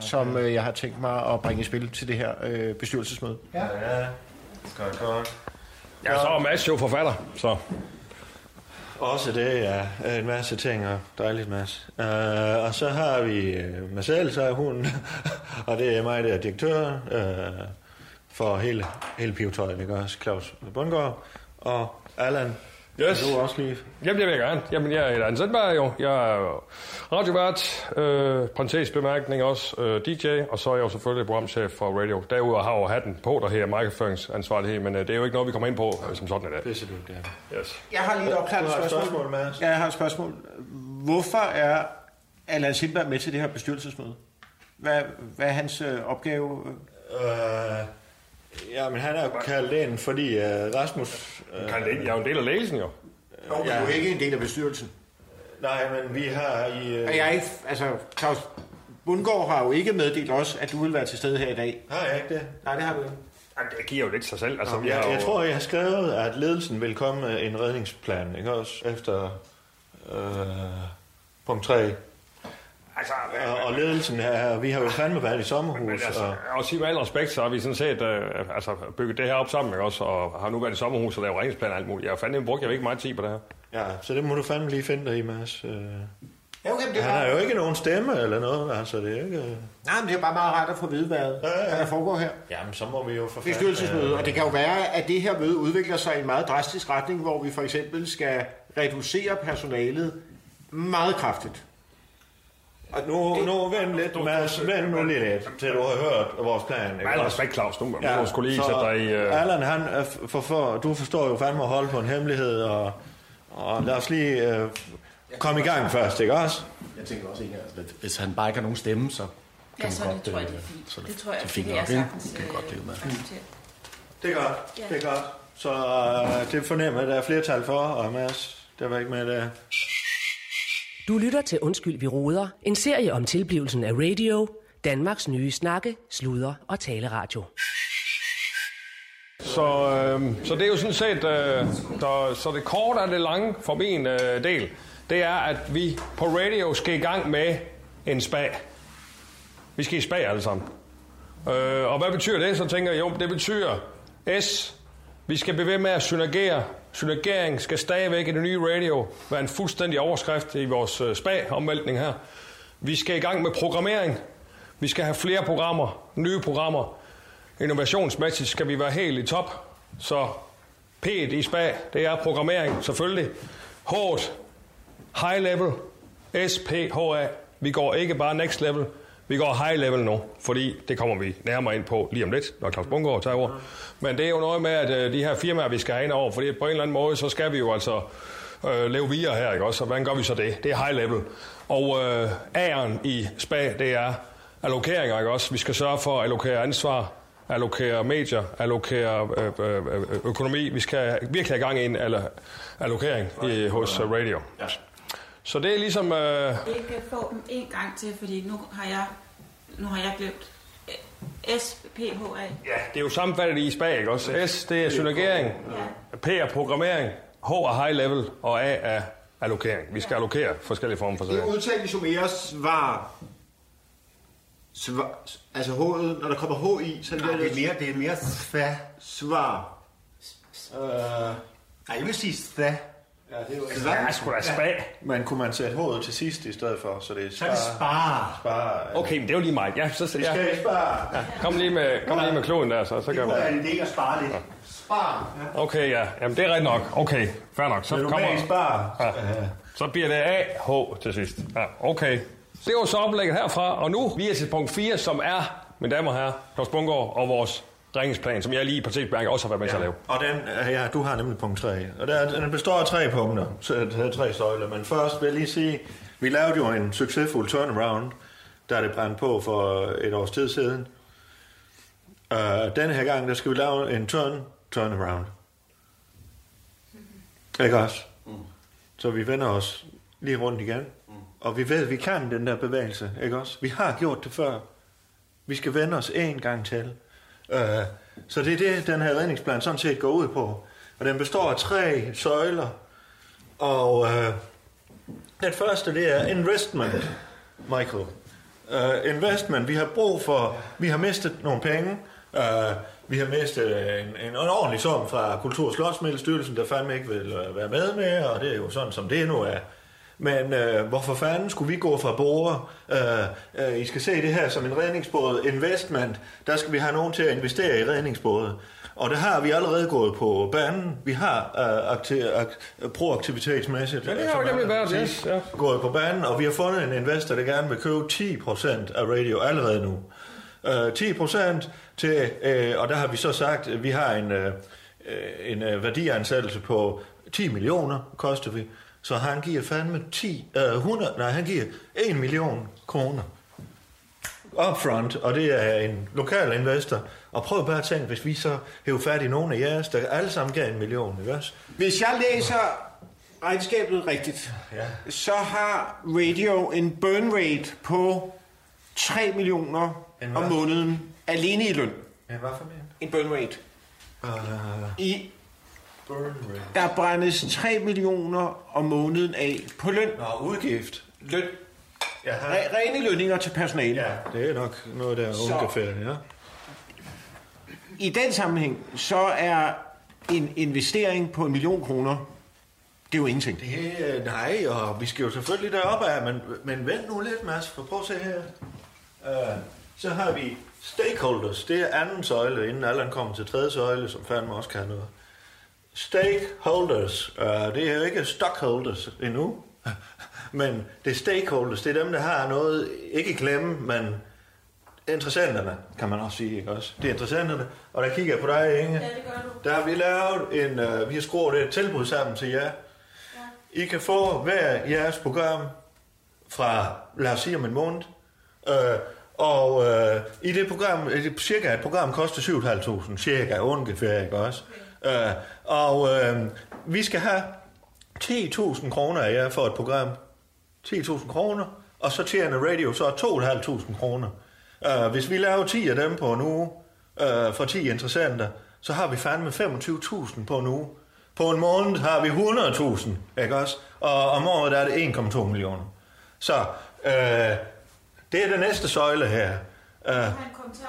Speaker 12: som øh, jeg har tænkt mig at bringe i spil til det her øh, bestyrelsesmøde.
Speaker 2: Ja. ja. Godt, godt.
Speaker 1: Ja, så er Mads jo forfatter, så...
Speaker 2: Også det, ja. En masse ting, og dejligt, Mads. Uh, og så har vi øh, Marcel, så er hun, og det er mig, der er direktør uh, for hele, hele pivetøjet, ikke også? Claus Bundgaard og Allan.
Speaker 1: Yes.
Speaker 2: Du også lige.
Speaker 1: Jamen, det vil jeg gerne. Jamen, jeg er ansat bare jo. Jeg er jo radiovært, øh, parentes bemærkning også, øh, DJ, og så er jeg jo selvfølgelig programchef for radio. Derudover har jeg jo hatten på der her markedsføringsansvarlighed, men øh, det er jo ikke noget, vi kommer ind på øh, som sådan i dag. Det
Speaker 2: ser du ikke,
Speaker 1: Yes.
Speaker 12: Jeg har lige et opklaret
Speaker 2: Du har et
Speaker 12: spørgsmål.
Speaker 2: spørgsmål, Mads.
Speaker 12: Ja, jeg har et spørgsmål. Hvorfor er Allan Sindberg med til det her bestyrelsesmøde? Hvad, hvad er hans øh, opgave?
Speaker 2: Øh, ja, men han er jo kaldt ind, fordi uh, Rasmus... Uh,
Speaker 1: Kaldt ind? Jeg er jo en del af ledelsen, jo.
Speaker 12: Jo, men du er ikke en del af bestyrelsen.
Speaker 2: Nej, men vi har i... øh,
Speaker 12: Og jeg er ikke, altså, Claus Bundgaard har jo ikke meddelt os, at du vil være til stede her i dag.
Speaker 2: Har jeg ikke det?
Speaker 12: Nej, det har du ikke.
Speaker 1: Jamen, det giver jo lidt sig selv. Altså, vi
Speaker 2: jeg,
Speaker 1: har jo...
Speaker 2: jeg tror, jeg har skrevet, at ledelsen vil komme med en redningsplan, ikke også? Efter øh, punkt 3.
Speaker 1: Altså,
Speaker 2: og, og ledelsen er, vi har jo fandme været i sommerhus.
Speaker 1: Men altså,
Speaker 2: og,
Speaker 1: og sige med al respekt, så har vi sådan set øh, altså, bygget det her op sammen, ikke også? Og har nu været i sommerhus og lavet regningsplaner og alt muligt. Jeg har fandme brugt, jeg har ikke meget tid på det her.
Speaker 2: ja, så det må du fandme lige finde dig i, Mads. Øh,
Speaker 12: Ja, okay, men det er
Speaker 2: han har
Speaker 12: bare...
Speaker 2: jo ikke nogen stemme eller noget, altså det er ikke... øh.
Speaker 12: Nej, men det er bare meget rart at få at vide, hvad, hvad der foregår her.
Speaker 2: Jamen, så må vi jo for fanden,
Speaker 12: Bestyrelsesmøde,
Speaker 2: øh,
Speaker 12: og det kan jo være, at det her møde udvikler sig i en meget drastisk retning, hvor vi for eksempel skal reducere personalet meget kraftigt.
Speaker 2: At nu, nu vent lidt, Mads, vent nu lige lidt, til du har hørt vores plan. ikke
Speaker 11: Med al
Speaker 2: også?
Speaker 11: respekt, Claus, nu må du ja, skulle lige
Speaker 2: så
Speaker 11: sætte dig i... øh,
Speaker 2: Allan, han, er f- for, for, du forstår jo fandme at holde på en hemmelighed, og, og lad os lige øh, komme i gang først, ikke også?
Speaker 4: Jeg tænker også egentlig, altså, at hvis han bare ikke har nogen stemme, så kan
Speaker 9: Ja,
Speaker 4: man
Speaker 9: så
Speaker 4: godt...
Speaker 9: det tror jeg,
Speaker 4: øh,
Speaker 9: det er fint.
Speaker 4: Så er
Speaker 9: Det tror jeg,
Speaker 4: så fint
Speaker 9: det er
Speaker 4: nok, ikke?
Speaker 9: sagtens, øh,
Speaker 4: Det kan vi godt leve med.
Speaker 2: Det er godt,
Speaker 9: Ja.
Speaker 2: det er godt. Så øh, det fornemmer jeg, der er flertal for, og Mads, der var ikke med der.
Speaker 6: Du lytter til Undskyld, vi roder. En serie om tilblivelsen af radio. Danmarks nye snakke, sludre og taleradio.
Speaker 11: Så, øh, så det er jo sådan set, øh, der, så det korte og det lange for min øh, del, det er, at vi på radio skal i gang med en spa. Vi skal i spa alle sammen. Øh, og hvad betyder det? Så tænker jeg, jo, det betyder S. Vi skal blive ved med at synergere. Synergering skal stadigvæk i det nye radio være en fuldstændig overskrift i vores øh, spa-omvæltning her. Vi skal i gang med programmering. Vi skal have flere programmer, nye programmer. Innovationsmæssigt skal vi være helt i top. Så P'et i SPA, det er programmering selvfølgelig. Hårdt, high level, SPHA. Vi går ikke bare next level, vi går high level nu, fordi det kommer vi nærmere ind på lige om lidt, når Claus Bungård tager over. Men det er jo noget med, at øh, de her firmaer, vi skal have ind over, fordi på en eller anden måde, så skal vi jo altså øh, leve videre her, ikke også? Så hvordan gør vi så det? Det er high level. Og øh, A'eren i SPA, det er allokeringer, ikke også? Vi skal sørge for at allokere ansvar, allokere medier, allokere øh, øh, øh, økonomi. Vi skal virkelig have gang i en allo- allokering i, hos øh, radio. Så det er ligesom... Øh,
Speaker 9: Ikke få dem en gang til, fordi nu har jeg, nu har jeg glemt øh, SPHA.
Speaker 11: Ja. det er jo sammenfattet i SPA, ikke også? S, det er synergering. P er programmering. H er high level. Og A er allokering. Vi skal allokere forskellige former for
Speaker 1: Det
Speaker 11: sager.
Speaker 1: er udtalt i Sumeras svar. Svar, altså H'et, når der kommer H i, så
Speaker 13: Nej, det er mere-
Speaker 1: det er mere sva. Svar. Øh, nej, jeg vil sige sva. Ja, det er jo
Speaker 2: Men kunne man sætte hovedet til sidst i stedet for, så det er
Speaker 1: Så er det spare.
Speaker 2: spare ja.
Speaker 11: Okay, men det er jo lige mig. Ja, så, så,
Speaker 2: Vi skal
Speaker 11: ja.
Speaker 2: ikke spare.
Speaker 11: Ja, kom lige med, kom lige med kloden der, så, så gør vi
Speaker 1: Det er en
Speaker 11: det.
Speaker 1: idé at spare lidt. Spar. Ja.
Speaker 11: Okay, ja. Jamen, det er rigtigt nok. Okay, fair nok. Så
Speaker 1: Vil du
Speaker 11: kommer...
Speaker 1: med i spar?
Speaker 11: Ja.
Speaker 2: Øh,
Speaker 11: Så bliver det AH til sidst. Ja, okay. Det var så oplægget herfra, og nu vi er til punkt 4, som er, mine damer og herrer, Claus Bungård og vores ringsplan, som jeg lige i partiet også har været med til at lave.
Speaker 2: Og den, øh, ja, du har nemlig punkt 3. Og der, den består af tre punkter, så det er tre søjler. Men først vil jeg lige sige, vi lavede jo en succesfuld turnaround, der det brændte på for et års tid siden. Uh, denne her gang, der skal vi lave en turn, turnaround. Ikke også? Mm. Så vi vender os lige rundt igen. Mm. Og vi ved, at vi kan den der bevægelse, ikke også? Vi har gjort det før. Vi skal vende os en gang til. Øh, så det er det, den her redningsplan sådan set går ud på. Og den består af tre søjler. Og øh, den første, det er investment, Michael. Øh, investment, vi har brug for, vi har mistet nogle penge. Øh, vi har mistet en, en, en ordentlig sum fra Kultur- og Slotsmiddelstyrelsen, der fandme ikke vil øh, være med med, og det er jo sådan, som det nu er. Men øh, hvorfor fanden skulle vi gå fra borgere? Øh, øh, I skal se det her som en redningsbåd investment. Der skal vi have nogen til at investere i redningsbåde. Og det har vi allerede gået på banen. Vi har øh, akti- ak- proaktivitetsmæssigt
Speaker 11: Ja, det har
Speaker 2: som
Speaker 11: jo nemlig
Speaker 2: er
Speaker 11: været,
Speaker 2: præcis,
Speaker 11: yes, ja.
Speaker 2: gået på banen, og vi har fundet en investor, der gerne vil købe 10% af radio allerede nu. Øh, 10% til, øh, og der har vi så sagt, at vi har en, øh, øh, en øh, værdiansættelse på 10 millioner, koster vi. Så han giver fandme 10, øh, 100, nej, han giver 1 million kroner upfront, og det er en lokal investor. Og prøv bare at tænke, hvis vi så hæver fat i nogen af jeres, der alle sammen gav en million, ikke også?
Speaker 1: Hvis jeg læser regnskabet rigtigt, ja. så har radio en burn rate på 3 millioner om måneden alene i løn.
Speaker 2: Men hvad for mere?
Speaker 1: En burn rate.
Speaker 2: Uh,
Speaker 1: I,
Speaker 2: burn rate.
Speaker 1: der brændes 3 millioner om måneden af på løn.
Speaker 2: Nå, udgift.
Speaker 1: Løn.
Speaker 2: Ja,
Speaker 1: Re- rene lønninger til personale. Ja.
Speaker 2: Det er nok noget, der er
Speaker 1: Så-
Speaker 2: ungefærdigt, ja.
Speaker 1: I den sammenhæng, så er en investering på en million kroner, det er jo ingenting.
Speaker 2: Det, øh, nej, og vi skal jo selvfølgelig deroppe af, men, men vent nu lidt, Mads, for prøv at se her. Uh, så har vi stakeholders, det er anden søjle, inden Allan kommer til tredje søjle, som fandme også kan noget. Øh, Stakeholders, uh, det er jo ikke stockholders endnu. men det er stakeholders, det er dem, der har noget, ikke i klemme, men interessenterne, kan man også sige, ikke også? Det er interessenterne, og der kigger jeg på dig, Inge. Ja, det gør du. Der har vi lavet en, øh, vi har skruet et tilbud sammen til jer. Ja. I kan få hver jeres program fra, lad os sige om en måned, øh, og øh, i det program, i det, cirka et program koster 7.500, cirka ungefær, ikke også? Øh, og øh, vi skal have 10.000 kroner af jer for et program. 10.000 kroner, og så tjener radio så 2.500 kroner. Øh, hvis vi laver 10 af dem på en uge, øh, for 10 interessenter, så har vi fandme 25.000 på en uge. På en måned har vi 100.000, ikke også? Og om året der er det 1,2 millioner. Så øh, det er den næste søjle her. Øh,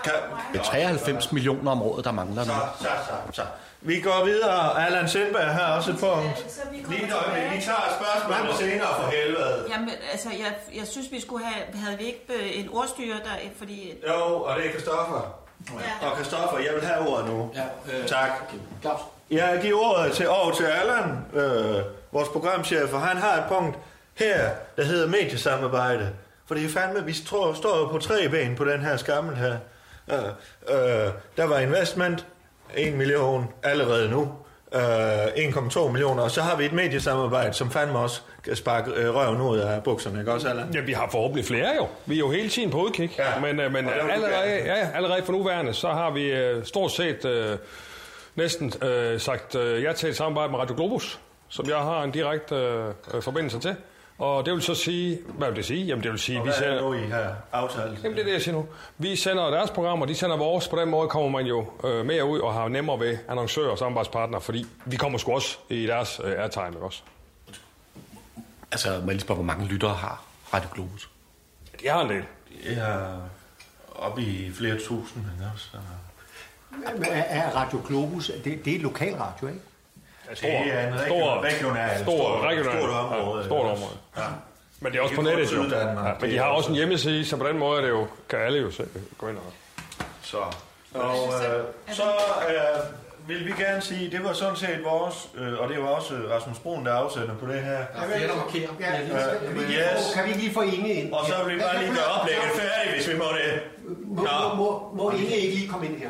Speaker 2: kan,
Speaker 14: Det er 93 millioner om året, der mangler nu.
Speaker 2: så, så, så. Vi går videre. Allan Sindberg har også et punkt. Lige et øjeblik. Vi tager spørgsmålet senere for helvede.
Speaker 9: Jamen, altså, jeg, jeg synes, vi skulle have, havde vi ikke øh, en ordstyre, der, fordi...
Speaker 2: Jo, og det er Christoffer. Ja. Og Christoffer, jeg vil have ordet nu. Ja, øh, tak. Klaus. Jeg giver ordet til, over til Allan, øh, vores programchef, og han har et punkt her, der hedder mediesamarbejde. For det er fandme, vi tror, står jo på tre ben på den her skammel her. Øh, øh, der var investment, 1 million allerede nu. Øh, 1,2 millioner, og så har vi et mediesamarbejde, som fandme også kan sparke øh, røven ud af bukserne, ikke også, Allan?
Speaker 11: Ja, vi har forhåbentlig flere jo. Vi er jo hele tiden på udkig. Ja. Men, øh, men
Speaker 2: Og der vil du
Speaker 11: allerede,
Speaker 2: gerne.
Speaker 11: ja, allerede for nuværende, så har vi øh, stort set øh, næsten øh, sagt øh, ja til et samarbejde med Radio Globus, som jeg har en direkte øh, øh, forbindelse til. Og det vil så sige, hvad vil det sige? Jamen det vil sige,
Speaker 2: Og
Speaker 11: vi
Speaker 2: hvad er det
Speaker 11: sender,
Speaker 2: nu, I har aftalt?
Speaker 11: Jamen det er det, jeg siger nu. Vi sender deres programmer, de sender vores. På den måde kommer man jo øh, mere ud og har nemmere ved annoncører og samarbejdspartnere, fordi vi kommer sgu også i deres øh, airtime, ikke også?
Speaker 14: Altså, må jeg lige spørge, hvor mange lyttere har Radio Globus?
Speaker 11: De har en del.
Speaker 2: Det er oppe i flere tusind, men også...
Speaker 15: Men Er, er Radio Globus, det, det er lokalradio, ikke?
Speaker 11: Stor, stor, regional, stor, regional, Ja, stort område. Ja. Men det er også på
Speaker 2: Det er
Speaker 11: nettet, jo.
Speaker 2: Syddanmark,
Speaker 11: Ja, men
Speaker 2: det
Speaker 11: de
Speaker 2: er
Speaker 11: har
Speaker 2: også-
Speaker 11: også en hjemmeside, så på den måde er det jo, kan alle jo se, gå ind og...
Speaker 2: Så. Og øh, så øh, vil vi gerne sige, det var sådan set vores, øh, og det var også øh, Rasmus Brun, der afsender på det her.
Speaker 15: Ja, kan,
Speaker 2: Øh,
Speaker 15: vi lige
Speaker 2: yes.
Speaker 15: få, kan vi lige få Inge ind?
Speaker 2: Og så vil vi bare lige gøre oplægget færdigt, hvis vi må det.
Speaker 15: Må, må, må, må Inge ikke lige komme ind her?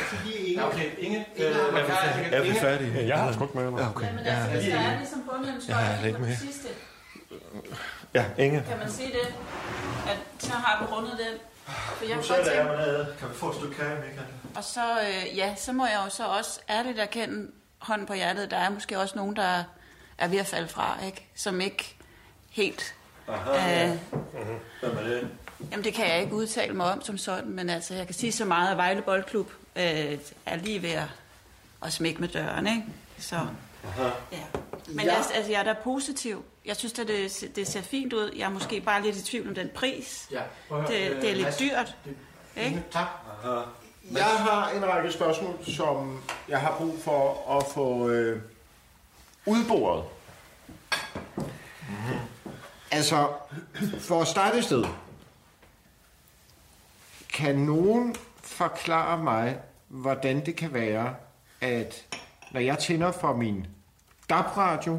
Speaker 15: Altså, lige Inge. Okay, Inge. Inge har
Speaker 2: Er vi færdige? Er vi færdige?
Speaker 11: Ja, jeg har sgu ikke med mig.
Speaker 2: øh, Ja, okay.
Speaker 9: Men altså, hvis der er ligesom bundlønstøj
Speaker 2: Jeg er
Speaker 9: ja,
Speaker 2: lidt
Speaker 9: på
Speaker 2: med.
Speaker 9: det sidste,
Speaker 2: Ja, Inge.
Speaker 9: kan man sige det, at så har vi rundet den. For jeg
Speaker 2: Nu
Speaker 9: kunne
Speaker 2: sætter
Speaker 9: godt
Speaker 2: jeg
Speaker 9: tænke,
Speaker 2: mig ned. Kan vi få et stykke kage, Michael?
Speaker 9: og så, øh, ja, så må jeg jo så også ærligt erkende hånden på hjertet, der er måske også nogen, der er ved at falde fra, ikke? Som ikke helt...
Speaker 2: Aha, ja.
Speaker 9: øh,
Speaker 2: Mhm. Hvem er det?
Speaker 9: Jamen, det kan jeg ikke udtale mig om som sådan, men altså, jeg kan sige så meget, at Vejle Boldklub øh, er lige ved at, at smække med døren, ikke? Så,
Speaker 2: Aha.
Speaker 9: ja. Men ja. Jeg, altså, jeg er da positiv. Jeg synes, at det, det ser fint ud. Jeg er måske bare lidt i tvivl om den pris.
Speaker 1: Ja, prøv at
Speaker 9: Det,
Speaker 1: høre, øh,
Speaker 9: det er lidt
Speaker 1: Mads,
Speaker 9: dyrt, ikke?
Speaker 1: Tak. Jeg har en række spørgsmål, som jeg har brug for at få øh, udboret. Altså, for at starte et sted, kan nogen forklare mig, hvordan det kan være, at når jeg tænder for min DAB-radio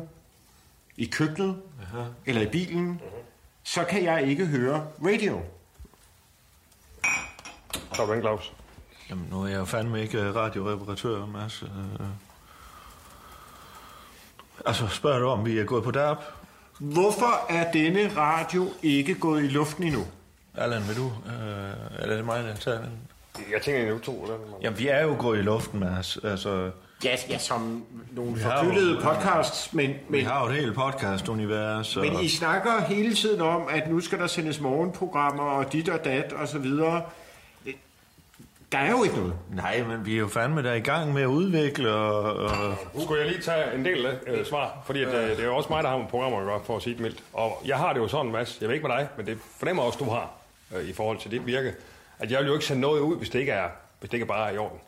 Speaker 1: i køkkenet Aha. eller i bilen, Mm-hmm. så kan jeg ikke høre radio.
Speaker 11: Stop den, Claus.
Speaker 2: Jamen, nu er jeg jo fandme ikke øh, radioreparatør, Mads. Øh, Altså, spørger du om, vi er gået på DAB?
Speaker 1: Hvorfor er denne radio ikke gået i luften endnu?
Speaker 2: Allan, vil du? Øh, eller er det mig, der tager den?
Speaker 11: Jeg tænker, at det er to.
Speaker 2: Jamen, vi er jo gået i luften, Mads. Altså,
Speaker 1: Ja, ja som nogle
Speaker 2: Vi har
Speaker 1: forkyldede
Speaker 2: jo-
Speaker 1: podcasts, men,
Speaker 2: vi
Speaker 1: men,
Speaker 2: har jo et helt podcast-univers. Og...
Speaker 1: men I snakker hele tiden om, at nu skal der sendes morgenprogrammer og dit og dat og så videre. Der er jo ikke noget.
Speaker 2: Nej, men vi er jo fandme der i gang med at udvikle og... og...
Speaker 11: Skulle jeg lige tage en del af øh, svar? Fordi at, øh, det er jo også mig, der har med programmer at gøre, for at sige det mildt. Og jeg har det jo sådan, Mads, jeg ved ikke med dig, men det fornemmer jeg også, du har øh, i forhold til dit virke, at jeg vil jo ikke sende noget ud, hvis det ikke er, hvis det ikke bare er i orden.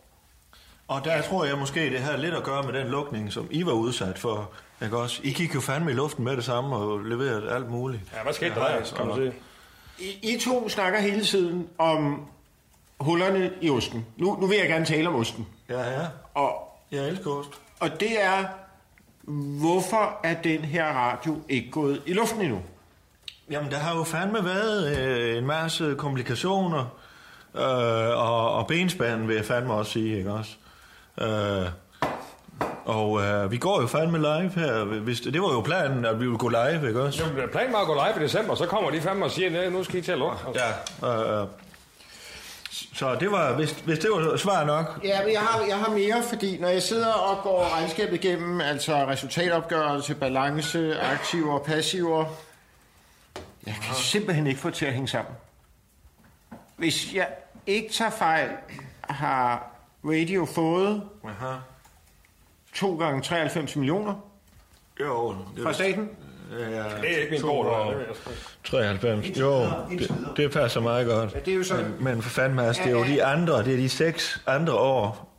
Speaker 2: Og der tror jeg måske, det har lidt at gøre med den lukning, som I var udsat for. Ikke også? I gik jo fandme i luften med det samme og leverede alt muligt.
Speaker 11: Ja, hvad skete der der, kan man sige?
Speaker 1: I, I to snakker hele tiden om hullerne i osten. Nu, nu vil jeg gerne tale om osten.
Speaker 2: Ja, ja.
Speaker 1: Og,
Speaker 2: jeg elsker ost.
Speaker 1: Og det er hvorfor er den her radio ikke gået i luften endnu?
Speaker 2: Jamen, der har jo fandme været øh, en masse komplikationer, øh, og, og benspanden vil jeg fandme også sige, ikke også? Øh, og øh, vi går jo fandme live her. Hvis, det var jo planen, at vi ville gå live, ikke også?
Speaker 11: Jamen, øh, planen var at gå live i december, så kommer de fandme og siger, at nu skal I til at lukke.
Speaker 2: Ja. Øh, så det var, hvis, hvis det var svar nok.
Speaker 1: Ja, men jeg har, jeg har mere, fordi når jeg sidder og går regnskabet igennem, altså resultatopgørelse, balance, aktiver og passiver, jeg kan simpelthen ikke få det til at hænge sammen. Hvis jeg ikke tager fejl, har Radio fået
Speaker 2: Aha.
Speaker 1: 2 gange 93 millioner
Speaker 2: Jo,
Speaker 1: fra staten.
Speaker 2: Ja,
Speaker 11: Det er ikke min bord, det er det, jeg
Speaker 2: 93. Jo, det, det passer meget godt.
Speaker 1: Ja, det er jo sådan-
Speaker 2: Men, men for fanden, Mads, det er jo de andre, det er de seks andre år.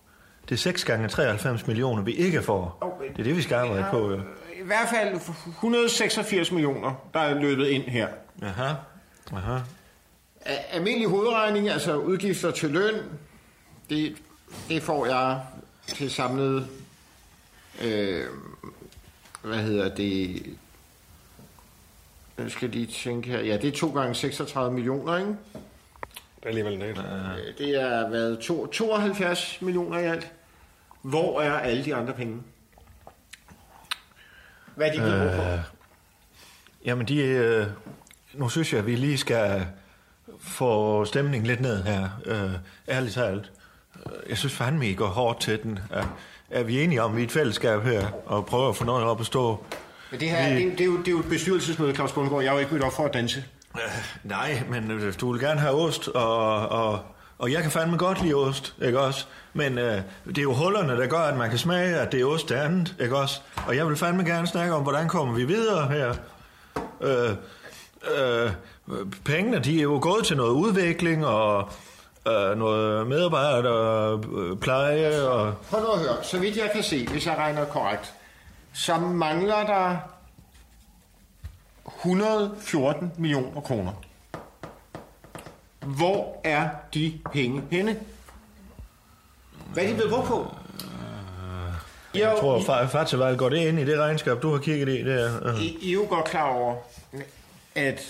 Speaker 2: Det er 6 gange 93 millioner, vi ikke får. Det er det, vi skal arbejde på, jo.
Speaker 1: I hvert fald 186 millioner, der er løbet ind her.
Speaker 2: Aha. Aha.
Speaker 1: A- Almindelig hovedregning, altså udgifter til løn, det, det får jeg til samlet, øh, hvad hedder det, jeg skal lige tænke her, ja, det er 2 gange 36 millioner, ikke?
Speaker 11: Det er alligevel en del.
Speaker 1: Øh, Det er været to- 72 millioner i alt. Hvor er alle de andre penge? Hvad er de blevet brugt på?
Speaker 2: Øh, jamen, de... Øh, nu synes jeg, at vi lige skal få stemningen lidt ned her. Øh, ærligt talt. Øh, Jeg synes fandme, I går hårdt til den. Er, er vi enige om, at vi er et fællesskab her, og prøver at få noget op at stå?
Speaker 1: Men det her,
Speaker 2: Vi-
Speaker 1: det, er jo- det, er jo, det er jo et bestyrelsesmøde, Claus Bundgaard. Jeg er jo ikke mødt op for at danse.
Speaker 2: Nej, men øh, du vil gerne have ost, og, og, og jeg kan fandme godt lide ost, ikke også? Men øh, det er jo hullerne, der gør, at man kan smage, at det er ost det andet, ikke også? Og jeg vil fandme gerne snakke om, hvordan kommer vi videre her? Øh, øh, pengene, de er jo gået til noget udvikling, og øh, noget medarbejderpleje, øh, og...
Speaker 1: Prøv nu at høre. Så vidt jeg kan se, hvis jeg regner korrekt, så mangler der 114 millioner kroner. Hvor er de penge henne? Hvad er de blevet brugt på?
Speaker 2: Øh, Jeg tror, fa- faktisk vel går det ind i det regnskab, du har kigget i der. Øh.
Speaker 1: I, I er jo godt klar over, at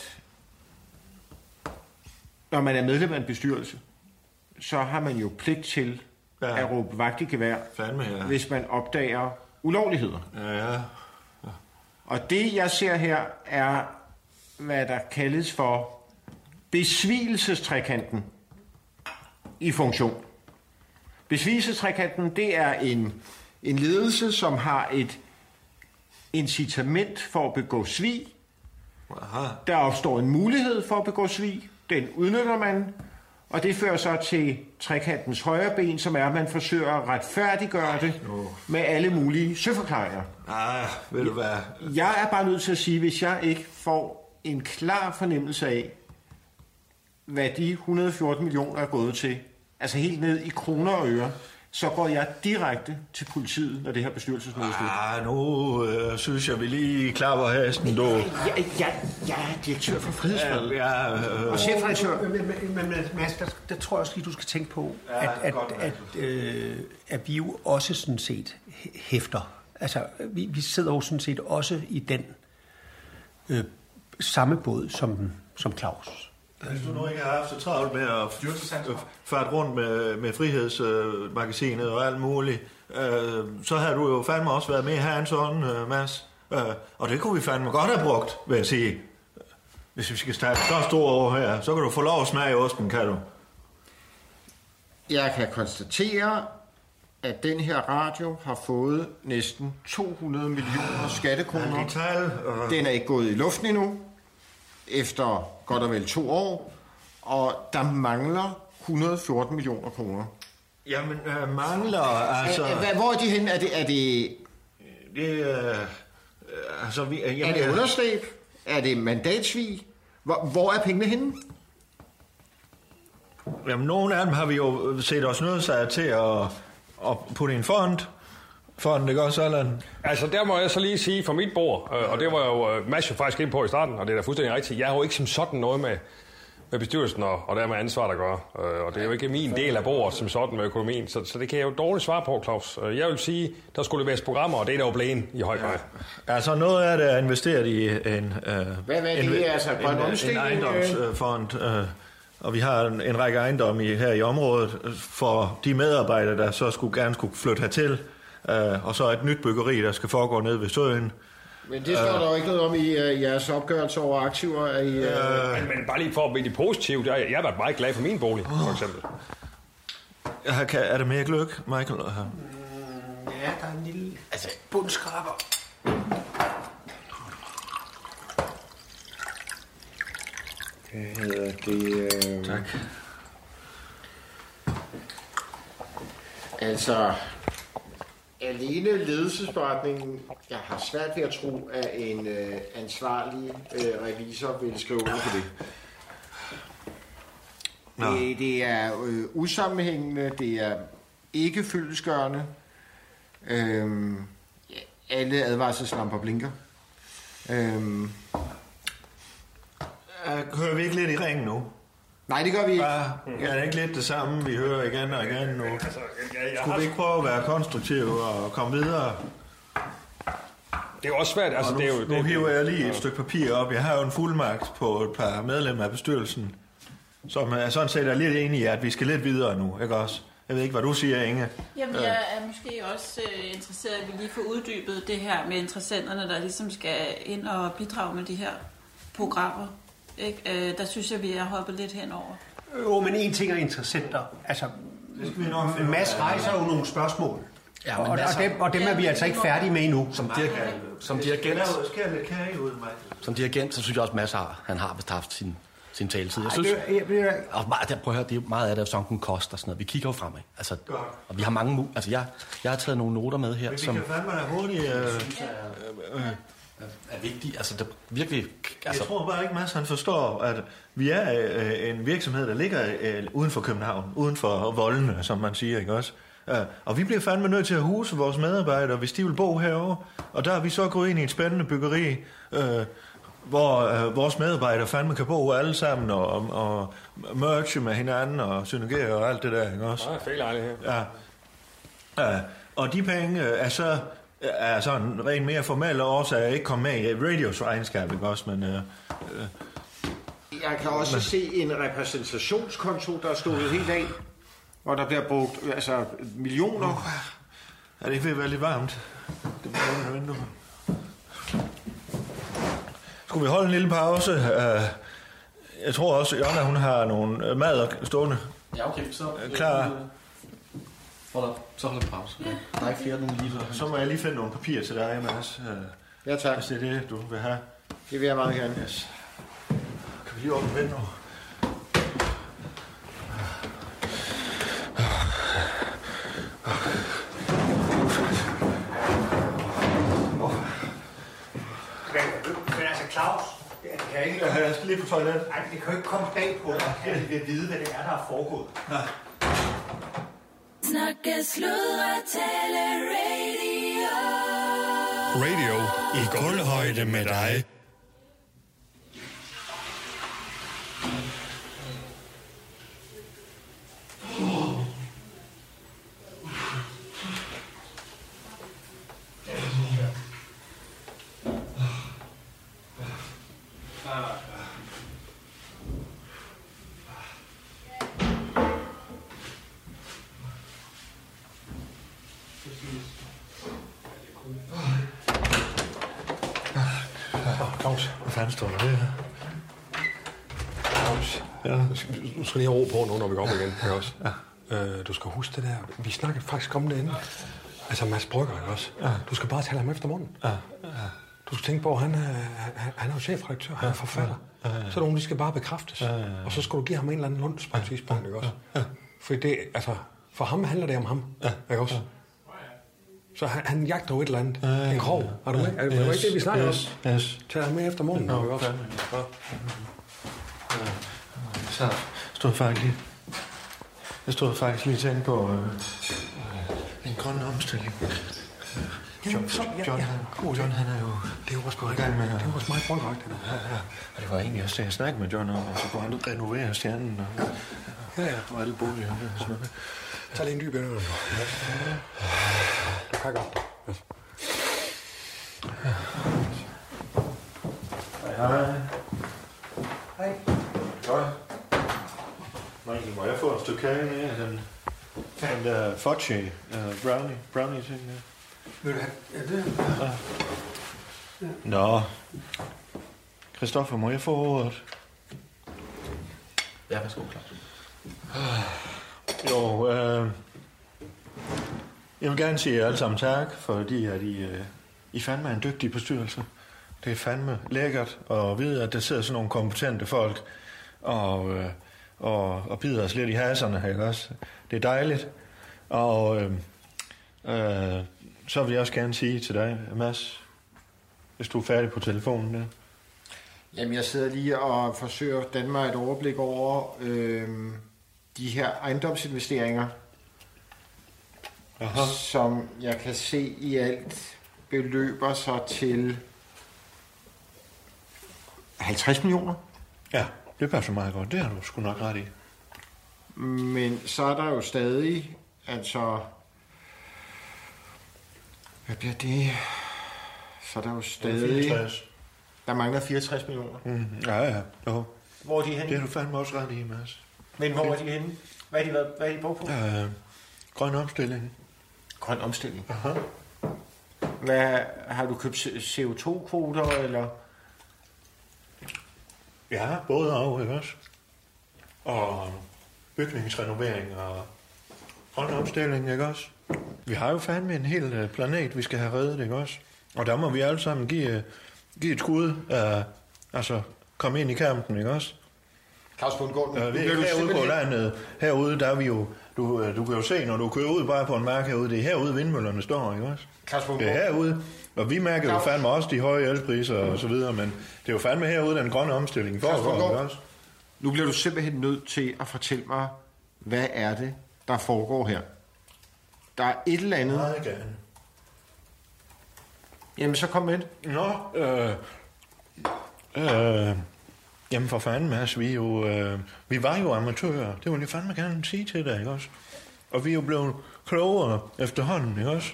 Speaker 1: når man er medlem af en bestyrelse, så har man jo pligt til ja. at råbe vagt i gevær,
Speaker 2: Fandme, ja.
Speaker 1: hvis man opdager ulovligheder.
Speaker 2: Ja, ja.
Speaker 1: Og det, jeg ser her, er, hvad der kaldes for besvigelsestrekanten i funktion. Besvigelsestrekanten, det er en, en ledelse, som har et incitament for at begå svig.
Speaker 2: Aha.
Speaker 1: Der opstår en mulighed for at begå svig. Den udnytter man. Og det fører så til trekantens højre ben, som er, at man forsøger at retfærdiggøre det med alle mulige søforklaringer.
Speaker 2: Ah, ved du hvad?
Speaker 1: Jeg er bare nødt til at sige, hvis jeg ikke får en klar fornemmelse af, hvad de 114 millioner er gået til, altså helt ned i kroner og øre, så går jeg direkte til politiet, når det her bestyrelsesmøde er slut.
Speaker 2: Ah, nu øh, synes jeg, vi lige klapper hesten, du.
Speaker 1: Jeg, jeg, jeg er direktør for Frihedsbladet.
Speaker 2: Ja, øh,
Speaker 1: Og chefredaktør.
Speaker 6: Men, men, men, men Mads, der, der tror jeg også lige, du skal tænke på,
Speaker 16: Ja,
Speaker 6: at, at,
Speaker 16: godt,
Speaker 6: at, øh, at vi jo også sådan set hæ- hæfter. Altså, vi, vi sidder jo sådan set også i den øh, samme båd som, som Claus.
Speaker 2: Hvis du nu ikke har haft så travlt med at f- f- farte rundt med, med frihedsmagasinet og alt muligt, øh, så har du jo fandme også været med her en sådan, øh, Mads. Øh, og det kunne vi fandme godt have brugt, vil jeg sige. Hvis vi skal starte så store over her, så kan du få lov at smage osten, kan du.
Speaker 1: Jeg kan konstatere, at den her radio har fået næsten 200 millioner skattekroner. Den er ikke gået i luften endnu, efter godt og vel to år, og der mangler 114 millioner kroner.
Speaker 2: Jamen, øh, mangler altså...
Speaker 1: Øh, hvad- Hvor er de henne? Er det, er det,
Speaker 2: Det, øh, øh, altså, vi, øh,
Speaker 1: er
Speaker 2: jamen,
Speaker 1: det
Speaker 2: jeg-
Speaker 1: underslæb? Er det mandatsvig? Hvor, hvor er pengene henne?
Speaker 2: Jamen, nogle af dem har vi jo set os nødsaget til at, at putte i en fond. Fonden, det gør sådan.
Speaker 11: Altså, der må jeg så lige sige fra mit bord, øh, og det var jo øh, Mads jo faktisk inde på i starten, og det er da fuldstændig rigtigt, jeg har jo ikke som sådan noget med, med bestyrelsen og, og dermed ansvar, der gør. Øh, og det er jo ikke min del af bordet som sådan med økonomien, så, så det kan jeg jo dårligt svare på, Claus. Øh, Jeg vil sige, der skulle leveres programmer, og det er der jo blæen i høj grad.
Speaker 2: Altså noget af det er investeret i en... Øh,
Speaker 9: Hvad- hvad er
Speaker 2: en,
Speaker 9: det? Altså, grøn
Speaker 2: en, øh, en
Speaker 9: omstilling,
Speaker 2: ejendomsfond, øh, og vi har en, en række ejendomme i, her i området øh, for de medarbejdere, der så skulle gerne skulle flytte hertil. Øh, og så et nyt byggeri, der skal foregå nede ved søen.
Speaker 9: Men det står
Speaker 2: Øh.
Speaker 9: der jo ikke noget om i øh, jeres opgørelse over aktiver. at I, øh,
Speaker 11: Øh. Men, men bare lige for at blive lidt positiv, der, jeg har været meget glad for min bolig, for eksempel.
Speaker 2: Her kan- Er det mere gløk, Michael? Øh,
Speaker 1: Ja, der er en lille altså, bundskraber.
Speaker 9: Hvad hedder det? Øh... Tak. Altså, alene ledelsesberetningen, jeg har svært ved at tro, at en øh, ansvarlig øh, revisor vil skrive under på det. Det, det er øh, usammenhængende, det er ikke fyldesgørende. Øhm, ja, alle advarselslamper blinker. Øhm,
Speaker 2: Hører vi ikke lidt i ringen nu?
Speaker 9: Nej, det gør vi ikke.
Speaker 2: Ja, det er ikke lidt det samme, vi hører igen og igen nu.
Speaker 11: altså, jeg
Speaker 2: Skulle
Speaker 11: har-
Speaker 2: vi ikke prøve at være konstruktive og komme videre?
Speaker 11: Det er jo også svært. Altså,
Speaker 2: Og nu,
Speaker 11: det er jo,
Speaker 2: nu
Speaker 11: det,
Speaker 2: hiver jeg lige et stykke papir op. Jeg har jo en fuldmagt på et par medlemmer af bestyrelsen, som er sådan set er lidt enige i, at vi skal lidt videre nu, ikke også? Jeg ved ikke, hvad du siger, Inge.
Speaker 17: Jamen, jeg er måske også øh, interesseret, at vi lige får uddybet det her med interessenterne, der ligesom skal ind og bidrage med de her programmer. Ikke? Øh, der synes jeg, vi er hoppet lidt henover.
Speaker 1: Jo, men en ting er interessenter. Altså,
Speaker 2: finde
Speaker 1: Mads
Speaker 2: ud af.
Speaker 1: rejser jo nogle spørgsmål.
Speaker 2: Ja,
Speaker 1: Ja,
Speaker 2: men
Speaker 1: og, og,
Speaker 2: Mads har-
Speaker 1: dem, og dem er vi altså ikke færdige med endnu.
Speaker 18: Som dirigent, som dirigent,
Speaker 2: Skær lidt kage ud, mig.
Speaker 18: som dirigent så synes jeg også, masser har. Han har vist haft sin, sin taletid. Jeg synes,
Speaker 1: det- jeg bliver-
Speaker 18: og meget, der, prøv at høre, det er meget af det, som den koster og sådan noget. Vi kigger jo fremad. Altså, og vi har mange mu- Altså, jeg, jeg har taget nogle noter med her,
Speaker 2: Men vi
Speaker 18: som
Speaker 2: kan fandme da hurtigt... Øh, øh, øh,
Speaker 18: er vigtige. Altså, det, virkelig...
Speaker 2: jeg
Speaker 18: Altså,
Speaker 2: tror bare ikke, Mads han forstår, at vi er øh, en virksomhed, der ligger øh, uden for København, uden for voldene, som man siger, ikke også? Øh, og vi bliver fandme nødt til at huse vores medarbejdere, hvis de vil bo herovre. Og der er vi så gået ind i et spændende byggeri, øh, hvor øh, vores medarbejdere fandme kan bo alle sammen og, og, og merge med hinanden og synergere og alt det der, ikke også?
Speaker 11: Ja, fælde her.
Speaker 2: Ja. ja. Og de penge øh, er så er sådan rent mere formelle årsager ikke kommet med i radios regnskab, ikke også? Men, øh, øh,
Speaker 9: Jeg kan også se en repræsentationskonto, der er stået helt af, hvor der bliver brugt øh, altså, millioner.
Speaker 2: er det ikke ved at være lidt varmt? Det må vente Skulle vi holde en lille pause? Øh, jeg tror også, Jonna, hun har nogle øh, mad stående.
Speaker 18: Ja, okay, så...
Speaker 2: Øh, klar.
Speaker 18: Hold op, så holder vi pause. Ja. Der er ikke flere nogen lige
Speaker 2: Så må jeg lige finde nogle papirer til dig, Mads. Øh,
Speaker 9: ja, tak.
Speaker 2: Hvis det er det, du vil have.
Speaker 9: Det vil jeg meget gerne.
Speaker 2: Yes. Kan vi lige åbne vinduet?
Speaker 1: Men, men altså, Claus, jeg kan ikke... Jeg skal lige på toilettet. Nej, det kan jo ikke komme bag på dig, at vi vil vide, hvad det er, der er foregået.
Speaker 19: Snakke, sludre, tale, radio.
Speaker 20: Radio i guldhøjde med dig.
Speaker 2: Claus. Hvad fanden står der det her?
Speaker 11: Claus,
Speaker 2: ja.
Speaker 11: du skal, du skal lige have ro på nu, når vi kommer igen. Ikke også? Ja. Øh, du skal huske det der. Vi snakkede faktisk om det inden. Altså Mads Brygger, ikke også? Ja. Du skal bare tale ham efter munden. Ja. Du skal tænke på, at han, er- han, han er jo chefredaktør, han er forfatter. Ja. Ja. Så er der nogen, de skal bare bekræftes. Ja, ja, ja. Og så skal du give ham en eller anden lunds på et tidspunkt, ikke også? Ja. For, det, altså, for ham handler det om ham, ja. ikke også? Ja. Så han, han jagter jo et eller andet. Ja, en krog, er du med? Er det var ikke det, vi snakkede
Speaker 2: yes,
Speaker 11: om?
Speaker 2: Yes.
Speaker 11: Tag ham med efter munden, ikke også? Ja.
Speaker 2: Så stod jeg faktisk lige... Jeg stod faktisk lige og tænkte på øh, øh, en grøn omstilling. John, John, han, oh, John, han er jo... Det var sgu i gang med... Det var sgu meget brødrøgt, det der. Og det var egentlig også det, jeg snakkede med John om. og Så kunne han renovere stjernen og... Ja, ja, og alle boliger. og sådan noget. Tag lige en dyb øl. Ja. Du kan godt.
Speaker 21: Hej.
Speaker 1: Hej.
Speaker 21: Hej. Michael, må jeg få et stykke kage med? Den, den der fudge uh, brownie, brownie ting der.
Speaker 1: Vil du have? Ja, det
Speaker 2: Nå. Christoffer, må jeg få ordet?
Speaker 22: Ja, værsgo, Claus.
Speaker 2: Jo, øh, jeg vil gerne sige jer alle sammen tak, fordi at I, øh, I fandme er en dygtig bestyrelse. Det er fandme lækkert at vide, at der sidder sådan nogle kompetente folk og, øh, og, og bider os lidt i haserne, ikke også? Det er dejligt. Og øh, øh, så vil jeg også gerne sige til dig, Mads, hvis du er færdig på telefonen der.
Speaker 9: Jamen, jeg sidder lige og forsøger at danne mig et overblik over øh, de her ejendomsinvesteringer, Aha. som jeg kan se i alt beløber sig til 50 millioner.
Speaker 2: Ja, det passer meget godt. Det har du sgu nok ret i.
Speaker 9: Men så er der jo stadig, altså... Hvad bliver det? Så er der jo stadig...
Speaker 2: 64.
Speaker 9: Der mangler 64 millioner.
Speaker 2: Mm, ja, ja. Jo.
Speaker 9: Hvor er de henne?
Speaker 2: Det har du fandme også ret i, Mads.
Speaker 9: Men hvor er de henne? Hvad er de, hvad, hvad er de brugt på?
Speaker 2: Øh, grøn omstilling.
Speaker 9: Grøn omstilling? Aha. Hvad, har du købt CO2-kvoter, eller?
Speaker 2: Ja, både og, ikke også? Og øh, bygningsrenovering og grøn omstilling, ikke også? Vi har jo fandme en hel øh, planet, vi skal have reddet, ikke også? Og der må vi alle sammen give, øh, give et skud, øh, altså komme ind i kampen, ikke også?
Speaker 9: Claus Bundgaard, nu
Speaker 2: Øh, vi er
Speaker 9: bliver du
Speaker 2: ikke herude på
Speaker 9: simpelthen-
Speaker 2: landet. Herude, der er vi jo... Du, øh, du kan jo se, når du kører ud bare på en mark herude, det er herude vindmøllerne står, ikke også?
Speaker 9: Claus Bundgaard.
Speaker 2: Det er herude. Og vi mærker jo fandme også de høje elpriser og så videre, men det er jo fandme herude, den grønne omstilling
Speaker 9: Claus
Speaker 2: foregår, ikke
Speaker 9: Bundgaard.
Speaker 2: også?
Speaker 9: Nu bliver du simpelthen nødt til at fortælle mig, hvad er det, der foregår her? Der er et eller andet...
Speaker 2: Meget gerne.
Speaker 9: Jamen, så kom med det.
Speaker 2: Nå, øh, Øh, jamen for fanden, Mads, vi, er jo, øh, vi var jo amatører. Det ville jeg fandme gerne sige til dig, ikke også? Og vi er jo blevet klogere efterhånden, ikke også?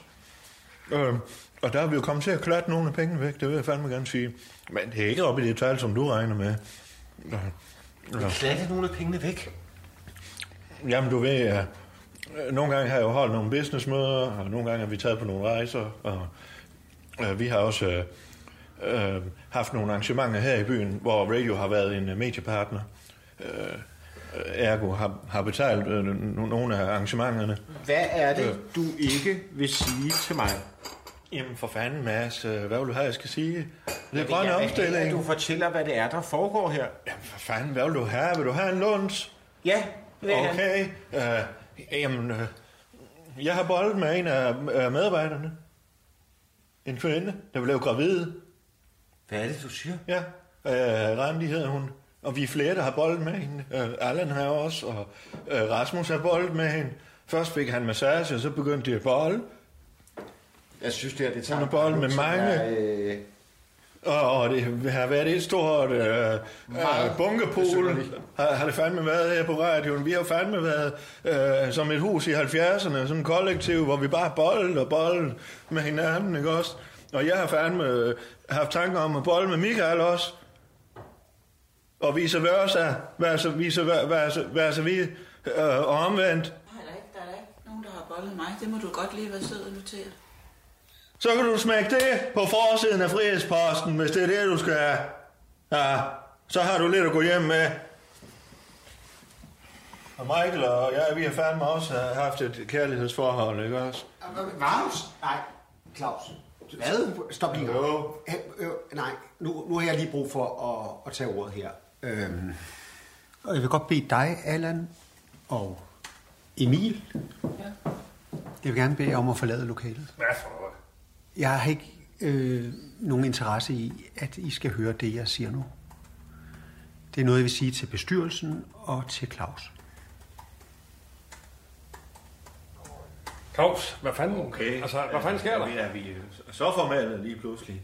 Speaker 2: Øh, og der er vi jo kommet til at klatte nogle af pengene væk, det vil jeg fandme gerne sige. Men det er ikke op i det tal, som du regner med. Øh, øh.
Speaker 9: Klatte nogle af pengene væk.
Speaker 2: Jamen, du ved, ja. Øh, nogle gange har jeg jo holdt nogle businessmøder, og nogle gange har vi taget på nogle rejser, og øh, vi har også øh, øh, haft nogle arrangementer her i byen, hvor radio har været en øh, mediepartner. Øh, øh, ergo har, har betalt øh, no- nogle af arrangementerne.
Speaker 9: Hvad er det, du ikke vil sige til mig?
Speaker 2: Jamen for fanden, Mads, øh, hvad vil du have, jeg skal sige? Det er
Speaker 9: Jamen,
Speaker 2: grøn
Speaker 9: jeg vil have,
Speaker 2: omstilling.
Speaker 9: at Du fortæller, hvad det er, der foregår her.
Speaker 2: Jamen for fanden, hvad vil du have? Vil du have en lunds?
Speaker 9: Ja, vil jeg
Speaker 2: Okay. Øh, jamen, øh, jeg har boldet med en af øh, medarbejderne. En kvinde, der blev gravid.
Speaker 9: Hvad er det, du siger?
Speaker 2: Ja, øh, Randi hedder hun. Og vi er flere, der har boldet med hende. Øh, Allan har også, og øh, Rasmus har boldet med hende. Først fik han massage, og så begyndte de at bolle.
Speaker 9: Jeg synes, det er det
Speaker 2: Hun har boldet med mange.
Speaker 9: Øh...
Speaker 2: Og, og det har været et stort øh, øh, bunkepol. Har, har det fandme været her på radioen. Vi har fandme været øh, som et hus i 70'erne, som et kollektiv, hvor vi bare bollede og bollede med hinanden, ikke også? Og jeg har fandme øh, haft tanker om at bolle med Michael også. Og vice versa, versa, vice versa, versa, versa vi, øh, og omvendt.
Speaker 23: Nej, der er, ikke, der er da ikke nogen, der har bollet mig. Det må du godt lige være sød og notere.
Speaker 2: Så kan du smække det på forsiden af frihedsposten, hvis det er det, du skal have. Ja, så har du lidt at gå hjem med. Og Michael og jeg, vi har fandme også øh, haft et kærlighedsforhold, ikke også?
Speaker 11: Varus? Nej, Claus. Hvad? Stop lige.
Speaker 2: Jo.
Speaker 11: Øh, øh, nej, nu, nu har jeg lige brug for at, at tage ordet her.
Speaker 1: Øhm, og jeg vil godt bede dig, Allan, og Emil. Ja. Jeg vil gerne bede jer om at forlade lokalet.
Speaker 24: Hvad for noget?
Speaker 1: Jeg har ikke øh, nogen interesse i, at I skal høre det, jeg siger nu. Det er noget, jeg vil sige til bestyrelsen og til Claus.
Speaker 25: Claus, hvad fanden? Okay. Altså, hvad fanden sker der?
Speaker 2: Vi er, vi er så formelle lige pludselig.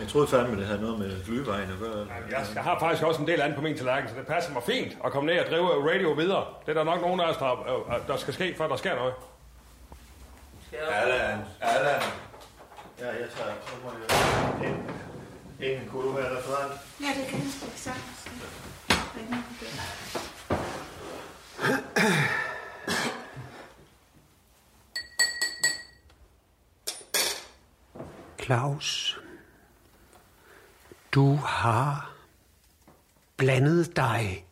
Speaker 2: Jeg troede fandme, det havde noget med flyvejen at gøre.
Speaker 25: Jeg, jeg har faktisk også en del andet på min tallerken, så det passer mig fint at komme ned og drive radio videre. Det er der nok nogen af os, der, øh, der skal ske, før der sker noget.
Speaker 2: Allan, Allan. Ja, jeg tager. Så må jeg... Ingen- Ingen kunne du have referent.
Speaker 26: Ja, det kan jeg ikke sagtens.
Speaker 11: Claus, du har blandet dig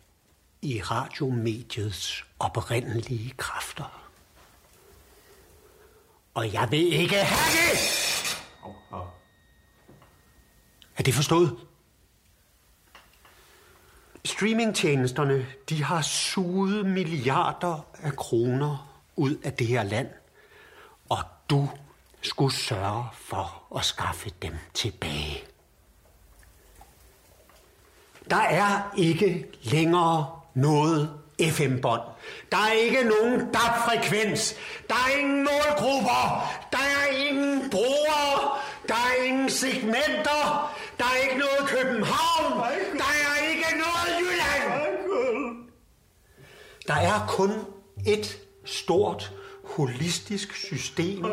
Speaker 11: i radiomediets oprindelige kræfter. Og jeg vil ikke have det! Er det forstået? Streamingtjenesterne, de har suget milliarder af kroner ud af det her land, og du skulle sørge for at skaffe dem tilbage. Der er ikke længere noget FM-bånd. Der er ikke nogen DAB-frekvens. Der er ingen målgrupper. Der er ingen brugere. Der er ingen segmenter. Der er ikke noget København. Der er ikke noget Jylland. Der er kun et stort holistisk system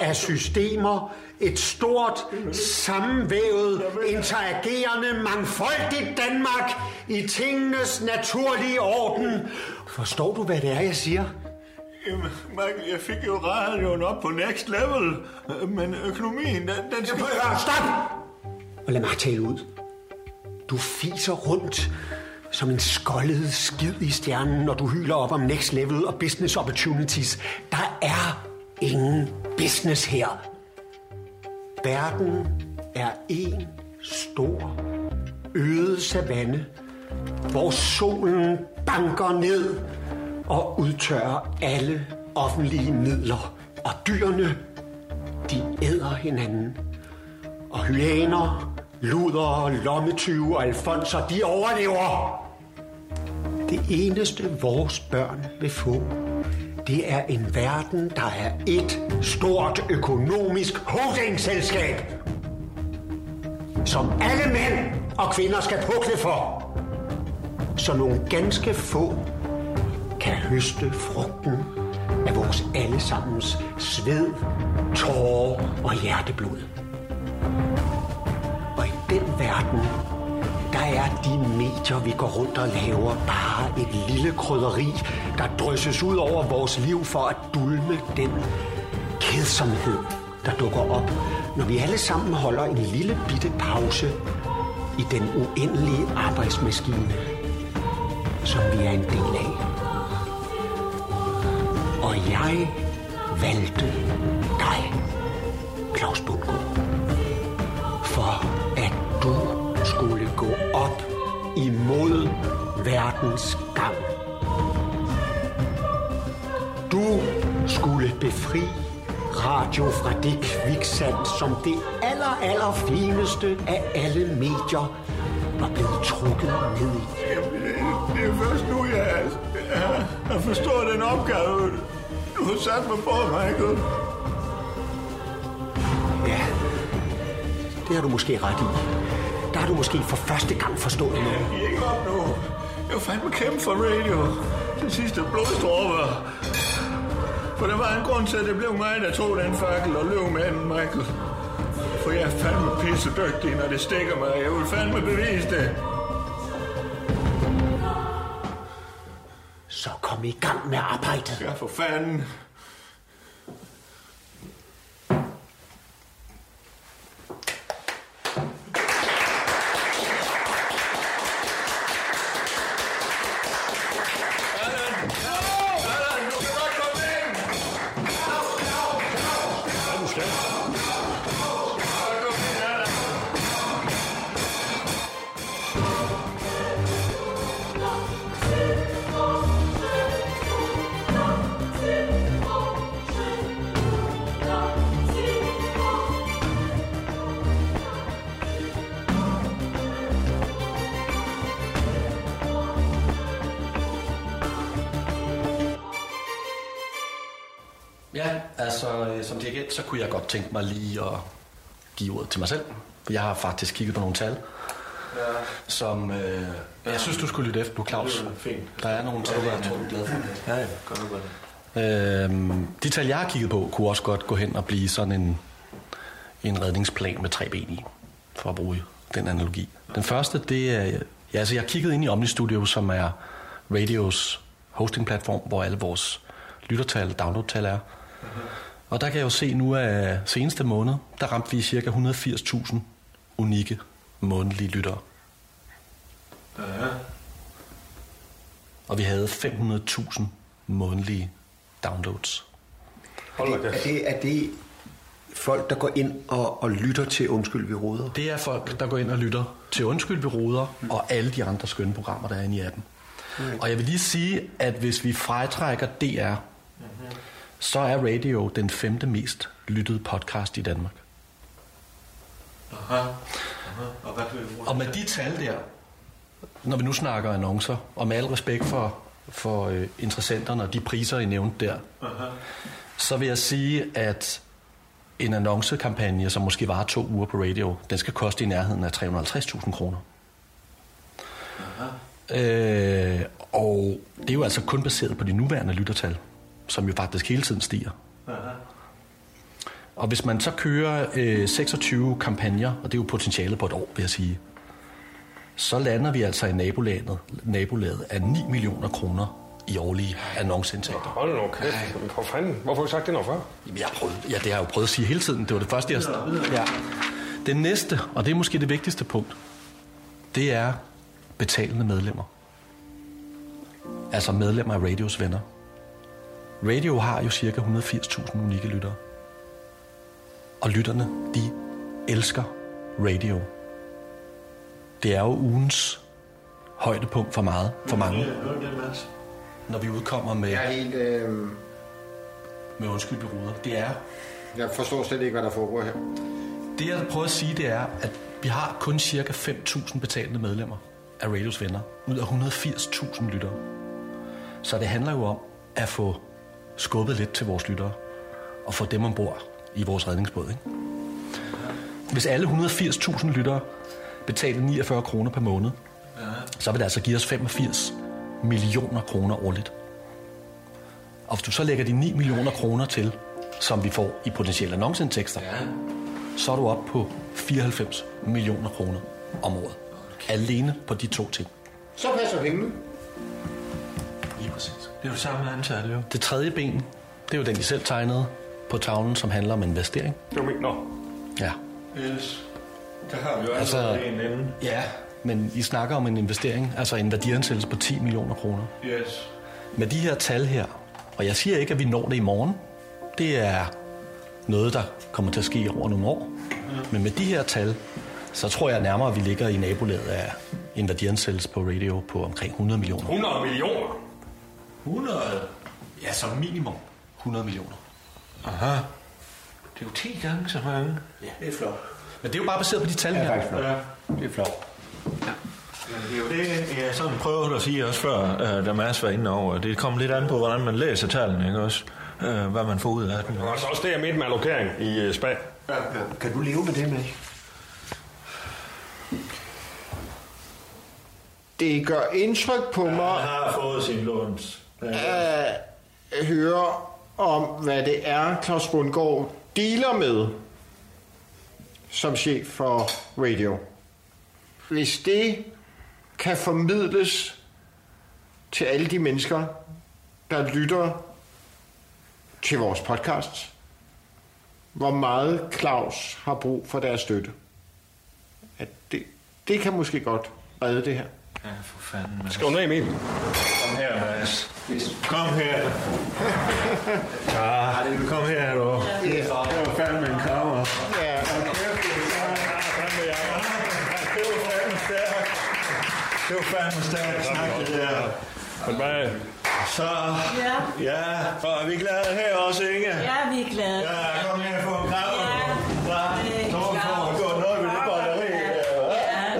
Speaker 11: af systemer, et stort, sammenvævet, interagerende, mangfoldigt Danmark i tingenes naturlige orden. Forstår du, hvad det er, jeg siger?
Speaker 2: Jamen, Michael, jeg fik jo radioen op på next level, men økonomien, den, den skal...
Speaker 11: Stop! Og lad mig tale ud. Du fiser rundt som en skoldet skid i stjernen, når du hyler op om next level og business opportunities. Der er ingen business her. Verden er en stor øde savanne, hvor solen banker ned og udtørrer alle offentlige midler. Og dyrene, de æder hinanden og hyæner, luder, lommetyve og alfonser, de overlever. Det eneste vores børn vil få, det er en verden, der er et stort økonomisk holdingselskab, som alle mænd og kvinder skal pukle for, så nogle ganske få kan høste frugten af vores allesammens sved, tårer og hjerteblod. Og i den verden, der er de medier, vi går rundt og laver, bare et lille krydderi, der drysses ud over vores liv for at dulme den kedsomhed, der dukker op, når vi alle sammen holder en lille bitte pause i den uendelige arbejdsmaskine, som vi er en del af. Og jeg valgte dig, Claus Bundgaard for at du skulle gå op imod verdens gang. Du skulle befri radio fra det kviksand, som det aller, aller fineste af alle medier var blevet trukket ned i.
Speaker 2: Det er først nu, jeg, jeg, jeg forstår den opgave, du har sat mig på, Michael.
Speaker 11: Ja, det har du måske ret i. Der har du måske for første gang forstået noget.
Speaker 2: Jeg er ikke op nu. Jeg vil fandme kæmpe for radio. Den sidste blodstråber. For der var en grund til, at det blev mig, der tog den fakkel og løb med den, Michael. For jeg er fandme pisse dygtig, når det stikker mig. Jeg vil fandme bevise det.
Speaker 11: Så kom i gang med arbejdet.
Speaker 2: Ja, for fanden.
Speaker 3: Thank you.
Speaker 11: Ja, altså øh, som dirigent, så kunne jeg godt tænke mig lige at give ordet til mig selv. For jeg har faktisk kigget på nogle tal, ja. som øh, jeg synes, du skulle lytte efter på, Claus.
Speaker 27: Det lyder fint.
Speaker 11: Der er nogle tal,
Speaker 27: Jeg tror,
Speaker 11: der
Speaker 27: jeg
Speaker 11: er-
Speaker 27: er glad for det.
Speaker 11: Ja, ja.
Speaker 27: Godt nok godt.
Speaker 11: Øhm, de tal, jeg har kigget på, kunne også godt gå hen og blive sådan en, en redningsplan med tre ben i, for at bruge den analogi. Den første, det er... Ja, altså, jeg har kigget ind i Omni Studio, som er radios hostingplatform, hvor alle vores lyttertal, downloadtal er. Og der kan jeg jo se nu, at seneste måned, der ramte vi cirka 180.000 unikke månedlige lyttere.
Speaker 2: Ja.
Speaker 11: Og vi havde 500.000 månedlige downloads.
Speaker 28: Er det, er det, er det folk, der går ind og, og lytter til Undskyld, vi råder?
Speaker 11: Det er folk, der går ind og lytter til Undskyld, vi roder, og alle de andre skønne programmer, der er inde i appen. Og jeg vil lige sige, at hvis vi fratrækker DR, så er radio den femte mest lyttede podcast i Danmark.
Speaker 2: Aha. Aha. Og hvad blev det?
Speaker 11: Og med de tal der, når vi nu snakker annoncer, og med al respekt for, for øh, interessenterne og de priser, I nævnte der,
Speaker 2: Aha.
Speaker 11: så vil jeg sige, at en annoncekampagne, som måske varer to uger på radio, den skal koste i nærheden af 350.000 kroner. Øh, og det er jo altså kun baseret på de nuværende lyttertal, som jo faktisk hele tiden stiger.
Speaker 2: Aha.
Speaker 11: Og hvis man så kører øh, 26 kampagner, og det er jo potentialet på et år, vil jeg sige, så lander vi altså i nabolaget, nabolaget af 9 millioner kroner i årlige annonceindtægter.
Speaker 29: Hold nu kæft. For fanden. Hvorfor har du sagt det noget før?
Speaker 11: Jamen, jeg har prøvet, ja, det har jeg jo prøvet at sige hele tiden. Det var det første, jeg... Ja. Det næste, og det er måske det vigtigste punkt, det er betalende medlemmer. Altså medlemmer af radios venner. Radio har jo cirka 180.000 unikke lyttere. Og lytterne, de elsker radio. Det er jo ugens højdepunkt for meget, for mange, når vi udkommer med...
Speaker 1: Jeg er helt... Øh...
Speaker 11: Med undskyld, beruder. Det er...
Speaker 1: Jeg forstår slet ikke, hvad der foregår her.
Speaker 11: Det jeg prøver at sige, det er, at vi har kun cirka 5.000 betalende medlemmer af Radios Venner, ud af 180.000 lyttere. Så det handler jo om at få skubbet lidt til vores lyttere, og få dem ombord i vores redningsbåd. Ikke? Hvis alle 180.000 lyttere betalte 49 kroner per måned, så vil det altså give os 85 millioner kroner årligt. Og hvis du så lægger de 9 millioner kroner til, som vi får i potentielle annonceindtægter, ja. så er du oppe på 94 millioner kroner om året. Okay. Alene på de to ting.
Speaker 1: Så passer pengene.
Speaker 11: Lige præcis. Det er jo samme antal, jo. Det tredje ben, det er jo den, de selv tegnede på tavlen, som handler om investering.
Speaker 29: Du mener?
Speaker 11: Ja.
Speaker 2: Yes. Der har vi jo
Speaker 11: Altså-
Speaker 2: altså en anden.
Speaker 11: Ja. Men I snakker om en investering, altså en værdiansættelse på 10 millioner kroner.
Speaker 2: Yes.
Speaker 11: Med de her tal her, og jeg siger ikke, at vi når det i morgen, det er noget, der kommer til at ske over nogle år. Men med de her tal, så tror jeg nærmere, at vi ligger i nabolaget af en værdiansættelse på radio på omkring 100 millioner.
Speaker 29: 100 millioner.
Speaker 11: 100? Ja, som minimum 100 millioner.
Speaker 2: Aha. Det er jo 10 gange så mange.
Speaker 11: Ja, det er flot. Men det er jo bare baseret på de tal
Speaker 2: Ja,
Speaker 11: her.
Speaker 2: faktisk flot. Ja.
Speaker 11: Det er flot.
Speaker 2: Det er jo det, jeg sådan prøvede at sige også før, øh, da Mads var inde over. Det kommer lidt an på, hvordan man læser tallene, ikke også? Øh, hvad man får ud af dem.
Speaker 29: Det var altså også det, jeg mente med allokering i øh, spa. Ja, ja.
Speaker 28: Kan du leve med det, med?
Speaker 1: Det gør indtryk på mig...
Speaker 2: Han har fået sin låns.
Speaker 1: at høre om, hvad det er, Claus Bundgaard dealer med som chef for radio. Hvis det kan formidles til alle de mennesker, der lytter til vores podcast, hvor meget Claus har brug for deres støtte. At det, det kan måske godt redde det her.
Speaker 2: Ja, for fanden, Mads.
Speaker 29: Skriv ned, Emil.
Speaker 2: Kom her, Mads. Kom her. Ja, det kom her, du. Det var fandme en kammer.
Speaker 1: Ja,
Speaker 2: Det var fandme stærkt snak, det der.
Speaker 29: Men hvad?
Speaker 2: Så, ja, og er vi glade her også, Inge?
Speaker 9: Ja, vi er glade.
Speaker 2: Ja, kom her og få en kram. Ja,
Speaker 9: øh,
Speaker 2: Nå, får man gjort noget ved det batteri.
Speaker 9: Ja,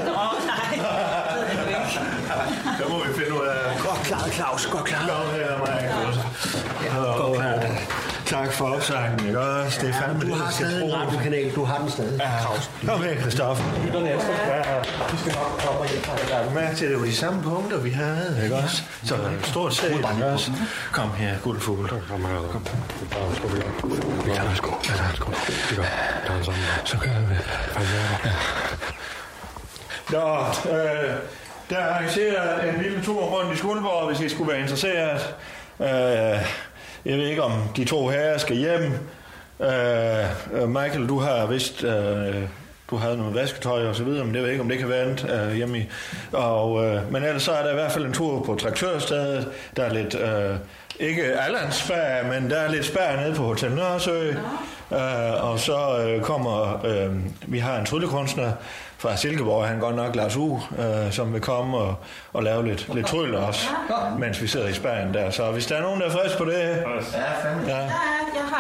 Speaker 9: nå, nej.
Speaker 2: Så må vi finde ud af...
Speaker 28: Godt klaret, Claus. Godt klaret.
Speaker 2: Kom her, Michael. Tak for opsangen, ikke også? Det er fandme
Speaker 11: du
Speaker 2: det,
Speaker 11: har
Speaker 2: jeg skal
Speaker 11: stadig en
Speaker 2: tro.
Speaker 11: radiokanal, du har den stadig. Ja.
Speaker 2: Kom med, Christoffer. Lytterne er Vi skal nok komme hjem fra det. Er du mærke til, at det var de samme punkter, vi havde, ikke også? Så øh, stort set, ikke også? Kom her, guldfugl. Kom her. Kom. Vi tager en sko. Vi tager en sko. Vi tager en sammen. Så gør vi. Nå, øh, der er arrangeret en lille tur rundt i Skuldborg, hvis I skulle være interesseret. Øh, jeg ved ikke, om de to herrer skal hjem. Øh, øh, Michael, du har vist... Øh, du havde noget vasketøj og så videre, men det ved jeg ikke, om det kan være andet øh, hjemme i. Og, øh, men ellers så er der i hvert fald en tur på traktørstedet. Der er lidt, øh, ikke Allands spær, men der er lidt spær nede på Hotel Nørresø. Øh, og så øh, kommer, øh, vi har en tryllekunstner fra Silkeborg, han godt nok Lars U, øh, som vil komme og, og lave lidt, lidt trylle også, mens vi sidder i Spanien der. Så hvis der er nogen, der er frisk på det... Ja,
Speaker 9: Jeg har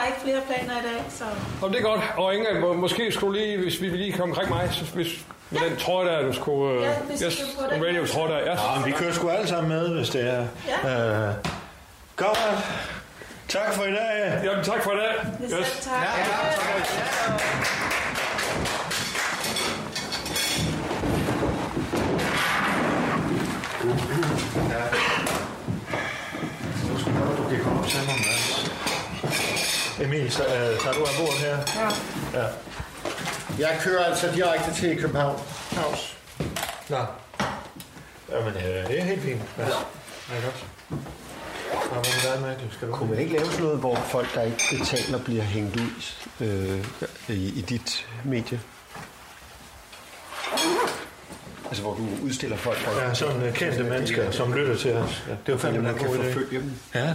Speaker 9: ikke flere planer i dag, så...
Speaker 30: Nå, men det er godt. Og Inge, må, måske skulle lige, hvis vi lige kom omkring mig, så hvis med den trøje der, du skulle... Øh,
Speaker 9: Ja, hvis
Speaker 30: yes,
Speaker 9: du kan få den.
Speaker 30: radio eh? trøje der. Yes.
Speaker 2: Ja, men vi kører sgu alle sammen med, hvis det er. Ja. Øh, godt. Tak for i dag.
Speaker 30: Jamen, tak for i dag. Yes.
Speaker 9: Tak.
Speaker 2: Du kan komme op til mig, Mads. Emil, så, øh, tager du af bordet her? Ja. ja.
Speaker 31: Jeg kører altså direkte til København. Havs.
Speaker 2: Nå. Jamen, øh, det er helt fint. Ja. Ja, godt. Nå, hvad med dig, Michael? Skal du
Speaker 11: Kunne man ikke lave sådan noget, hvor folk, der ikke betaler, bliver hængt ud øh, i, i dit medie? Altså, hvor du udstiller folk. folk
Speaker 2: Ja, sådan øh, kendte mennesker, som lytter til os. Ja, det var fandme
Speaker 11: man
Speaker 2: en
Speaker 11: kan
Speaker 2: god idé.
Speaker 11: forfølge dem.
Speaker 2: Ja.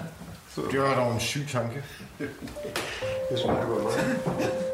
Speaker 31: Det var dog en syg tanke.
Speaker 11: Det smager godt.